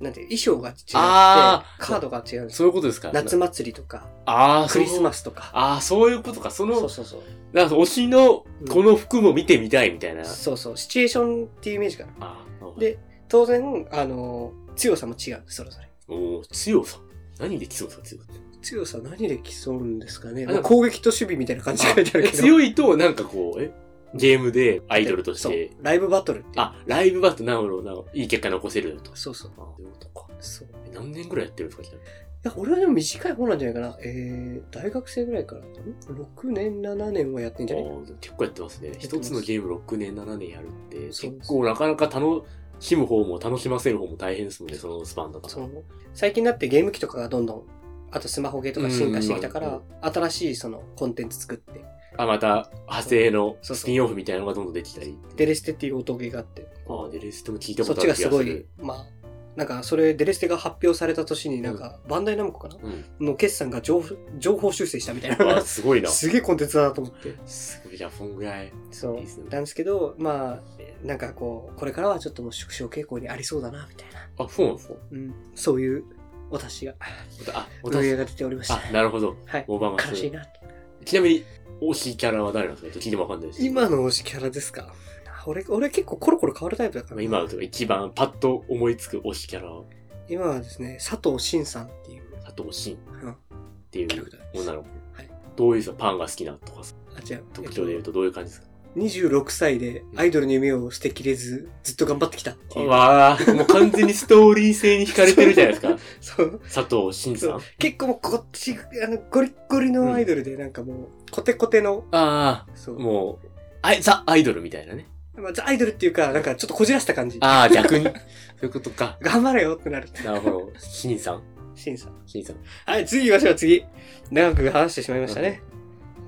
Speaker 2: なんていう、衣装が違って、カ
Speaker 1: あー
Speaker 2: ードが違うんです
Speaker 1: そうい
Speaker 2: よ。
Speaker 1: うことですか
Speaker 2: 夏祭りとか、
Speaker 1: ああ、
Speaker 2: クリスマ
Speaker 1: ス。
Speaker 2: スとか。
Speaker 1: ああ、そういうことか。その、
Speaker 2: そうそうそう。
Speaker 1: なんか推しの
Speaker 2: うん
Speaker 1: この服も見てみたいみたいな。
Speaker 2: そうそう、シチュエーションっていうイメージかな。
Speaker 1: ああ
Speaker 2: で当然、あの、強さも違う、それぞれ。
Speaker 1: おお強さ。何で強さ
Speaker 2: (laughs)
Speaker 1: 強さって
Speaker 2: 強さ何で競うんですかね。
Speaker 1: あでも
Speaker 2: 攻撃と守備みたいな感じが書いてある
Speaker 1: え
Speaker 2: けど。
Speaker 1: 強いと、なんかこう、えゲームでアイドルとし
Speaker 2: そう
Speaker 1: て、。
Speaker 2: ライブバトルっていう。
Speaker 1: あ、ライブバトルなるほど、なんかいい結果残せると。
Speaker 2: そうそう。
Speaker 1: あそういうことか。
Speaker 2: そうい
Speaker 1: え何年ぐらいやってるんですか
Speaker 2: や、俺はでも短い方なんじゃないかな。えー、大学生ぐらいから、6年、7年はやってんじ
Speaker 1: ち
Speaker 2: ゃ
Speaker 1: なみ
Speaker 2: ない
Speaker 1: に
Speaker 2: か
Speaker 1: あー結構やってますね。
Speaker 2: てます
Speaker 1: 一つのゲーム6年、7年やるって、
Speaker 2: そ
Speaker 1: 結
Speaker 2: うです
Speaker 1: 構なかなか楽しむ方も楽しませる方も大変ですもんね、そのスパンだと。
Speaker 2: その最近だってゲーム機とかがどんどん、あとスマホゲーとか進化してきたか
Speaker 1: うん
Speaker 2: ら、新しいそのコンテンツ作って、
Speaker 1: あ、また、派生の
Speaker 2: そうそう
Speaker 1: スピンオフみたいなのがどんどんできたり。
Speaker 2: デレステっていう音ゲーがあって、
Speaker 1: ああ、デレステも聞いた
Speaker 2: そ
Speaker 1: こ
Speaker 2: っ
Speaker 1: とあ
Speaker 2: ち
Speaker 1: る気が
Speaker 2: がす
Speaker 1: す
Speaker 2: ご
Speaker 1: る
Speaker 2: い。、まあ、なんかそれデレステが発表された年になんか、バンダイナムコかな
Speaker 1: うん。
Speaker 2: の決算が情情報修正したみたい
Speaker 1: わあ、
Speaker 2: な。
Speaker 1: すごいな。す
Speaker 2: (laughs) すげえコンテンツだなと思って。
Speaker 1: ごい、じゃあ、そんぐらい。
Speaker 2: そう
Speaker 1: いいっすね
Speaker 2: なんですけど、まあ、なんかこう、これからはちょっともう縮小傾向にありそうだな、みたいな。
Speaker 1: あ、そうなんですか
Speaker 2: うん、そういう私が、
Speaker 1: あ、お
Speaker 2: 上
Speaker 1: た
Speaker 2: 上が出ておりました。
Speaker 1: あ、なるほど。
Speaker 2: はい。
Speaker 1: オーバーマ
Speaker 2: 悲しい
Speaker 1: ス。
Speaker 2: な。
Speaker 1: ちなみに、推しキャラは誰なんですかちょっと聞いてもわかんないです。
Speaker 2: 今の推しキャラですか俺、俺結構コロコロ変わるタイプだから。
Speaker 1: 今のとか一番パッと思いつく推しキャラは、
Speaker 2: 今はですね、佐藤慎さんっていう、
Speaker 1: 佐藤慎っ
Speaker 2: うん、
Speaker 1: てい
Speaker 2: キャラ
Speaker 1: う
Speaker 2: クターです。
Speaker 1: 女の子。
Speaker 2: い
Speaker 1: どういうさ、パンが好きなとかさ、
Speaker 2: あ、違う。
Speaker 1: 特徴で言うとどういう感じですか
Speaker 2: 26歳でアイドルの夢を捨てきれず、ずっと頑張ってきたっていう。
Speaker 1: わあ、もう完全にストーリー性に惹かれてるじゃないですか。
Speaker 2: (laughs) そう。
Speaker 1: 佐藤慎さん。
Speaker 2: 結構もうこっち、あの、ゴリッゴリのアイドルで、なんかもう、コテコテの、
Speaker 1: あ
Speaker 2: そ
Speaker 1: あ、
Speaker 2: う。
Speaker 1: もう、あいザ・アイドルみたいなね。
Speaker 2: まあ、ザアイドルっていうか、なんかちょっとこじらした感じ。
Speaker 1: ああ、逆 (laughs) に。そういうことか。
Speaker 2: 頑張れよってなる。
Speaker 1: なるほど。慎さん。
Speaker 2: シンさん。
Speaker 1: 慎さん。
Speaker 2: はい、次行きましょう、次。長く話してしまいましたね。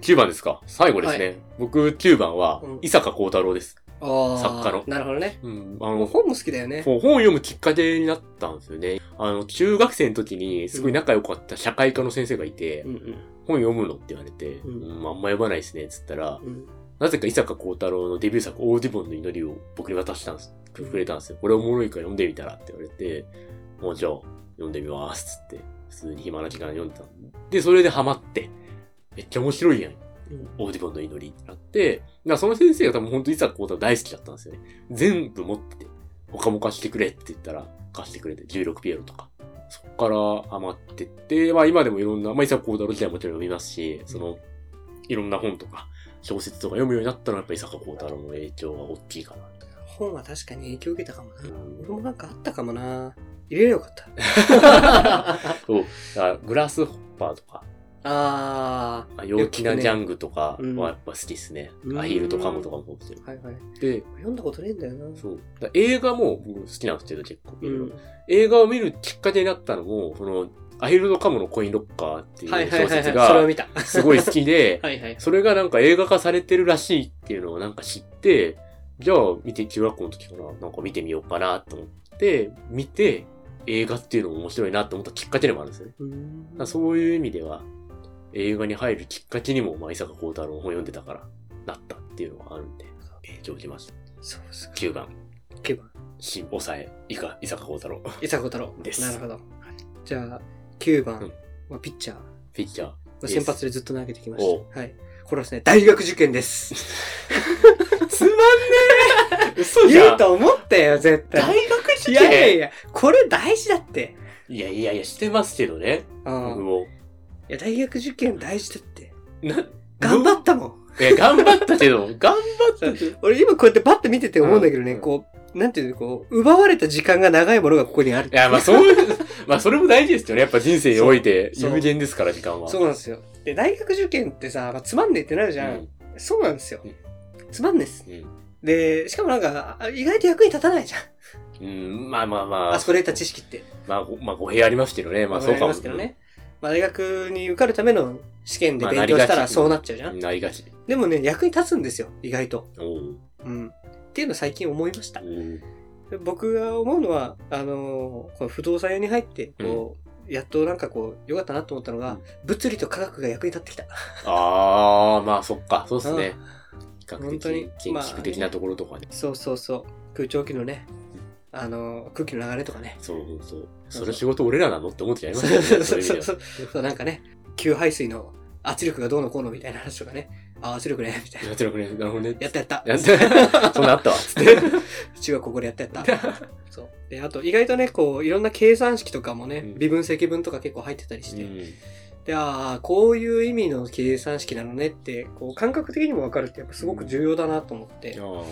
Speaker 1: 9番ですか最後ですね。僕、9番は
Speaker 2: うん、
Speaker 1: 伊坂幸太郎です。
Speaker 2: ああ。
Speaker 1: 作家の
Speaker 2: なるほどね。
Speaker 1: うん、あ
Speaker 2: もう
Speaker 1: の、
Speaker 2: 本も好きだよね。
Speaker 1: そう本を読むきっかけになったんですよね。あの、中学生の時にすごい仲良かった社会科の先生がいて、
Speaker 2: うんうん
Speaker 1: 本読むのって言われて、
Speaker 2: う
Speaker 1: うんん、あんま読まないですね、っつったら、
Speaker 2: うん。
Speaker 1: なぜか伊坂幸太郎のデビュー作、オーディボンの祈りを僕に渡したんです。くれたんですよ。これおもろいから読んでみたらって言われて、もうじゃあ、読んでみます、つって、普通に暇な時間読んでたんで、それでハマって、めっちゃ面白いやん。オーディボンの祈りってなって、だからその先生が多分本当に伊坂幸太郎大好きだったんですよね。全部持ってて、他も貸してくれって言ったら貸してくれて、16ピエロとか。そっからハマってって、まあ今でもいろんな、まあ伊坂幸太郎自体もちろん読みますし、その、いろんな本とか小説とか読むようになったのはやっぱ伊坂幸太郎の影響が大きいかな。
Speaker 2: 本は確かに影響受けたかもな
Speaker 1: う。ん
Speaker 2: 俺もなんかあったかもな。入れればよか
Speaker 1: (laughs)
Speaker 2: った。
Speaker 1: そう、だからグラスホッパーとか、
Speaker 2: あ
Speaker 1: あ陽気なジャングとか
Speaker 2: うん
Speaker 1: はやっぱ好きですね。
Speaker 2: うん
Speaker 1: アヒルとカモとかもそうですよ。
Speaker 2: あ。はいはい。
Speaker 1: で、
Speaker 2: 読んだことねえんだよな。
Speaker 1: そう。だから映画も僕好きなんですけど、結構いろいろ
Speaker 2: ん。
Speaker 1: 映画を見るきっかけになったのも、その、アヒルドカモのコインロッカーっていう
Speaker 2: はいはい
Speaker 1: 小
Speaker 2: はい、はい。
Speaker 1: 説
Speaker 2: それは
Speaker 1: が、
Speaker 2: 見た。
Speaker 1: すごい好きで、
Speaker 2: (laughs) はいはい。
Speaker 1: それがなんか映画化されてるらしいっていうのをなんか知って、じゃあ見て、中学校の時からなんか見てみようかなと思って、見て、映画っていうのも面白いなと思ったきっかけでもあるんですよね。だからそういう意味では、映画に入るきっかけにも、まあ、伊坂幸太郎の本読んでたから、なったっていうのがあるんで、影響しました。
Speaker 2: そうですか。
Speaker 1: 9番、
Speaker 2: 9番。
Speaker 1: 新抑え、以下、伊坂幸太郎。 (laughs)
Speaker 2: 伊佐子太郎。
Speaker 1: です
Speaker 2: なるほど。じゃあ、9番、
Speaker 1: うん
Speaker 2: まあ、ピッチャー。
Speaker 1: ピッチャー。
Speaker 2: まあ先発でずっと投げてきま
Speaker 1: おう
Speaker 2: した。はい。これはですね、大学受験で
Speaker 1: (laughs)
Speaker 2: す。(laughs)
Speaker 1: つまんねえ嘘じ
Speaker 2: 言
Speaker 1: ゃ
Speaker 2: うんと思ったよ、絶対。
Speaker 1: 学
Speaker 2: いやいやいや、これ大事だって。
Speaker 1: いやいやいや、してますけどね。
Speaker 2: うん。
Speaker 1: 僕
Speaker 2: い
Speaker 1: も。
Speaker 2: や、大学受験大事だって。
Speaker 1: な、
Speaker 2: 頑張ったもん。
Speaker 1: いや、頑張ったけど、頑張ったけど。
Speaker 2: 俺今こうやってバッて見てて思うんだけどね、
Speaker 1: うん
Speaker 2: こう、なんていうの、こう、奪われた時間が長いものがここにある。
Speaker 1: いや、まあそういう、まあそれも大事ですよね。やっぱ人生において
Speaker 2: そう
Speaker 1: 有限ですから、時間は。
Speaker 2: そうなんですよ。で、大学受験ってさ、まあ、つまんねえってなるじゃん。
Speaker 1: うん
Speaker 2: そうなんですよ
Speaker 1: うん。
Speaker 2: つまんねえっす。
Speaker 1: うん
Speaker 2: で、しかもなんか、あ意外と役に立たないじゃん。
Speaker 1: うん、まあまあまあ。
Speaker 2: あそこで得た知識って。
Speaker 1: まあ、ごまあ、語弊ありますけどね。まあそう
Speaker 2: わ
Speaker 1: か
Speaker 2: り
Speaker 1: も。
Speaker 2: ますけどね。まあ、大学に受かるための試験で
Speaker 1: まあ
Speaker 2: 勉強し
Speaker 1: な
Speaker 2: た
Speaker 1: り
Speaker 2: ら
Speaker 1: がち
Speaker 2: そうなっちゃうじゃ
Speaker 1: うん
Speaker 2: ん。
Speaker 1: なりがち。
Speaker 2: でもね、役に立つんですよ、意外と。
Speaker 1: おう
Speaker 2: うん。っていうの最近思いました
Speaker 1: う。ん
Speaker 2: 僕が思うのは、あのーこの不動産屋に入って、こう、やっとなんかこう、良かったなと思ったのが、
Speaker 1: うん
Speaker 2: 物理と科学が役に立ってきた。
Speaker 1: ああ、まあそっか。そうですね。比較
Speaker 2: 本当に
Speaker 1: 的、建
Speaker 2: まあ
Speaker 1: 築的なところとかね。
Speaker 2: そうそうそう。空調機のね、あのー空気の流れとかね。
Speaker 1: そうそうそう。それ仕事俺らなのって思ってやりま
Speaker 2: そ
Speaker 1: したよ
Speaker 2: う
Speaker 1: ね。
Speaker 2: そう
Speaker 1: そういうう意味で
Speaker 2: そそう
Speaker 1: は
Speaker 2: そう。そうなんかね、給排水の圧力がどうのこうのみたいな話とかね。あ、圧力ね、みたいな。
Speaker 1: やってるね。なるほどね。
Speaker 2: やったやった。
Speaker 1: やって (laughs) そんなあったわ。つって。
Speaker 2: (laughs) 中学ここでやったやった。そう。で、あと意外とね、こう、いろんな計算式とかもね、
Speaker 1: うん
Speaker 2: 微分積分とか結構入ってたりして、
Speaker 1: うん
Speaker 2: で、ああ、こういう意味の計算式なのねって、こう、感覚的にもわかるってやっぱすごく重要だなと思って。
Speaker 1: あ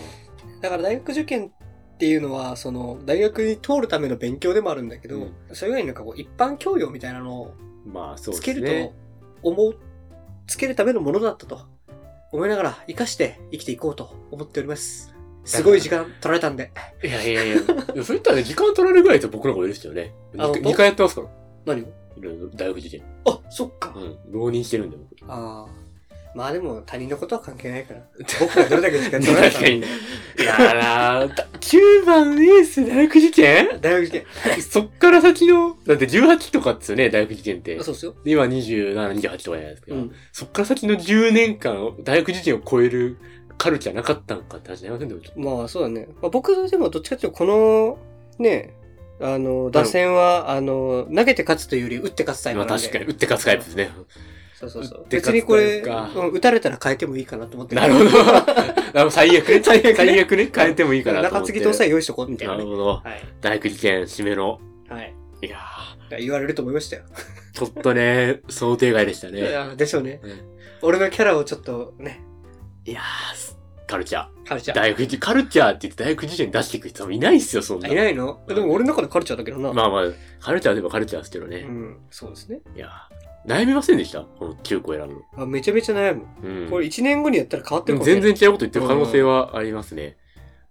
Speaker 2: だから大学受験っていうのは、その、大学に通るための勉強でもあるんだけど、
Speaker 1: うん
Speaker 2: それ以外になんかこう、一般教養みたいなのを
Speaker 1: あまあ、そう
Speaker 2: つ
Speaker 1: で
Speaker 2: け
Speaker 1: す
Speaker 2: る
Speaker 1: ね
Speaker 2: と。思う、つけるためのものだったと思いながら、生かして生きていこうと思っております。すごい時間取られたんで。
Speaker 1: いやいやいや。そういったらね、時間取られるぐらいと僕の方がいるですよね。
Speaker 2: あ本当
Speaker 1: 2回やってますから。
Speaker 2: 何を
Speaker 1: いろいろ大学受験。
Speaker 2: あ、そっか。 (laughs)
Speaker 1: うん。浪人してるんだよ、僕。
Speaker 2: ああ。まあでも他人のことは関係ない
Speaker 1: (laughs)
Speaker 2: から。僕がどれだけ時間取られた
Speaker 1: 確かにいやーなー、9番エース大学受験
Speaker 2: 大学受験。
Speaker 1: そっから先の、だって18とかっすよね、大学受験って
Speaker 2: あ。そうっすよ。
Speaker 1: で今27、28とかじゃないですか。
Speaker 2: うん。
Speaker 1: そっから先の10年間、大学受験を超えるカルチャーなかったんかって話になりませんでもちょっと
Speaker 2: まあそうだね。まあ、僕でもどっちかっていうとこの、ね、あの、打線は、あの、投げて勝つというより打って勝つタイプ
Speaker 1: ま
Speaker 2: な
Speaker 1: あ
Speaker 2: んで。
Speaker 1: 確かに、打って勝つタイプですね。 (laughs)
Speaker 2: そうそうそ
Speaker 1: 打
Speaker 2: う
Speaker 1: っ。て
Speaker 2: 別
Speaker 1: 勝
Speaker 2: に
Speaker 1: つと
Speaker 2: こ
Speaker 1: い
Speaker 2: れ、
Speaker 1: うか
Speaker 2: うん打たれたら変えてもいいかなと思って。
Speaker 1: なる
Speaker 2: (laughs)
Speaker 1: ほど。あの最悪ね。
Speaker 2: 最悪ね
Speaker 1: 最悪ね。変えてもいいかなと思
Speaker 2: 中
Speaker 1: って。
Speaker 2: 継ぎとさえ用意しとこうみたいな
Speaker 1: なる
Speaker 2: ね。
Speaker 1: ほど。
Speaker 2: はい。
Speaker 1: 大学受験、締めの。
Speaker 2: はい。
Speaker 1: いや
Speaker 2: だから言われると思いましたよ。
Speaker 1: ー、ちょっとね、 (laughs) 想定外でした
Speaker 2: い
Speaker 1: ね。
Speaker 2: や (laughs) でしょうね
Speaker 1: うん。
Speaker 2: 俺のキャラをちょっとね、
Speaker 1: いやー、カルチャー。
Speaker 2: カルチャー。
Speaker 1: 大学受カルチャーって言って大学受験出してくる人もいないっすよ、そん
Speaker 2: あ
Speaker 1: な。
Speaker 2: いないのでも俺の中でカルチャーだけどな。
Speaker 1: まあまあ、カルチャーでもカルチャーですけど
Speaker 2: う
Speaker 1: ね。
Speaker 2: ん、そうですね。
Speaker 1: いやー、悩みませんでしたこの9個選ぶの。
Speaker 2: あめちゃめちゃ悩む。
Speaker 1: うん。
Speaker 2: これ1年後にやったら変わって
Speaker 1: で
Speaker 2: る
Speaker 1: も
Speaker 2: かもね
Speaker 1: 全然違うこと言ってる可能性はありますね。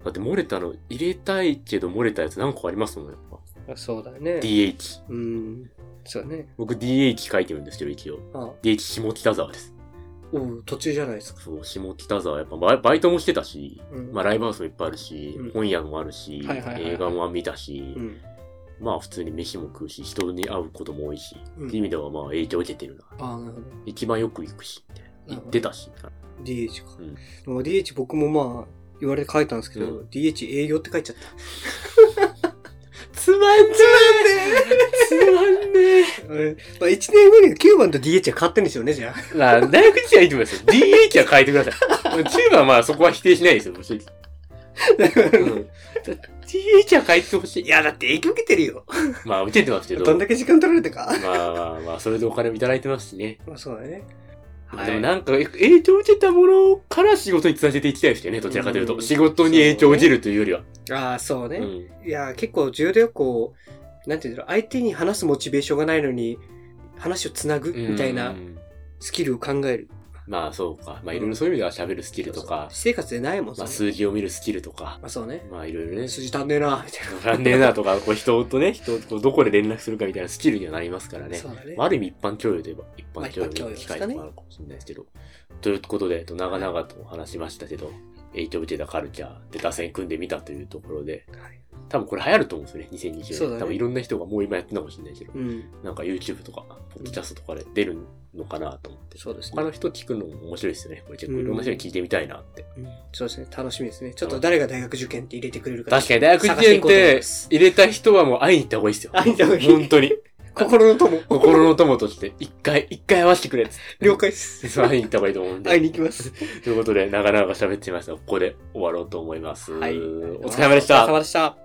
Speaker 1: だって漏れたの、入れたいけど漏れたやつ何個ありますもん、やっぱ。
Speaker 2: あそうだね。
Speaker 1: DH。
Speaker 2: うん。そうだね。
Speaker 1: 僕 DH 書いてるんですけど、一応。
Speaker 2: あ
Speaker 1: DH 下北沢です。
Speaker 2: おう途中じゃないですか。
Speaker 1: そう、下北沢。やっぱバイバイトもしてたし、
Speaker 2: うん。
Speaker 1: まあライブハウスもいっぱいあるし、
Speaker 2: うん
Speaker 1: 本屋もあるし、
Speaker 2: はいはいはいはい
Speaker 1: 映画も見たし、
Speaker 2: うん。
Speaker 1: まあ普通に飯も食うし、人に会うことも多いし、
Speaker 2: うん
Speaker 1: っていう意味ではまあ影響受けてるな。
Speaker 2: ああ、なるほど。
Speaker 1: 一番よく行くし、みたい
Speaker 2: な
Speaker 1: な。
Speaker 2: る
Speaker 1: 行
Speaker 2: ほど
Speaker 1: ってたし、みたいな
Speaker 2: DH か。
Speaker 1: うん
Speaker 2: でも DH 僕もまあ、言われて書いたんですけど、
Speaker 1: う
Speaker 2: DH 営業って書いちゃった。
Speaker 1: つまんねつまんねえ。
Speaker 2: (laughs) うんまあ、1年後に9番と DH は変わってんでしょうね、じゃあ。
Speaker 1: まあ、大学時代いいと思いますよ。DH は変えてください。中盤はまあそこは否定しないですよ、正直。うん、DH は変えてほしい。
Speaker 2: (laughs) いや、だって影響受けてるよ。
Speaker 1: まあ、受けてますけど。
Speaker 2: どんだけ時間取られたか。
Speaker 1: まあまあまあ、それでお金もいただいてますしね。
Speaker 2: まあ、そうだね。
Speaker 1: でもなんか、え影響を受けたものから仕事につなげていきたいですよね、どちらかというと。
Speaker 2: うん
Speaker 1: 仕事に影響を受けるというよりは。
Speaker 2: ああ、そうね。
Speaker 1: うん
Speaker 2: いや、結構重要だよ、こう、なんていうんだろう、相手に話すモチベーションがないのに、話をつなぐみたいな
Speaker 1: うん
Speaker 2: スキルを考える。
Speaker 1: まあそうか。まあいろいろそういう意味では喋るスキルとか
Speaker 2: 私、生活でないも
Speaker 1: ま
Speaker 2: ん
Speaker 1: あ
Speaker 2: そん
Speaker 1: 数字を見るスキルとか
Speaker 2: な、まあ、そうね。
Speaker 1: まあいろいろね、
Speaker 2: 筋足んねえな、みたいな。
Speaker 1: わかんねえなとか、こう人とね、人とどこで連絡するかみたいなスキルにはなりますからね。
Speaker 2: そうだね。
Speaker 1: まあある意味一般教養といえば一
Speaker 2: まあ
Speaker 1: 般教養の機会
Speaker 2: 一般教養ですか
Speaker 1: と
Speaker 2: ね
Speaker 1: かあるかもしれないですけど。ということで、えっと長々と話しましたけど、影響を受けたカルチャーで打線組んでみたというところで、
Speaker 2: はい
Speaker 1: 多分これ流行ると思うんですよね、2020年。
Speaker 2: そうだね
Speaker 1: 多分いろんな人がもう今やってるのかもしれないけど、
Speaker 2: うん。
Speaker 1: なんか YouTube とか、ポッドキャストとかで出るのかなと思って。
Speaker 2: そうです
Speaker 1: 他
Speaker 2: ね。
Speaker 1: の人聞くのも面白いですよね。これ結構いろんな人に聞いてみたいなって。
Speaker 2: そうですね。楽しみですね。ちょっと誰が大学受験って入れてくれるか。
Speaker 1: 確かに大学受
Speaker 2: 探してい
Speaker 1: 験っ
Speaker 2: こうと思い
Speaker 1: て
Speaker 2: ます
Speaker 1: 入れた人はもう会いに行った方がいいですよ。
Speaker 2: 会いに行った方がいい
Speaker 1: 本当に。
Speaker 2: (laughs) 心の友。
Speaker 1: (laughs) 心の友として、一回、一回会わせてくれっつって。
Speaker 2: 了解です。
Speaker 1: そう会いに行った方がいいと思うんで。
Speaker 2: (laughs) 会いに行き
Speaker 1: (laughs)
Speaker 2: ます。
Speaker 1: ということで、長々喋ってみましたが、ここで終わろうと思います。
Speaker 2: はい
Speaker 1: お疲れ様でした
Speaker 2: お疲れ。様でした。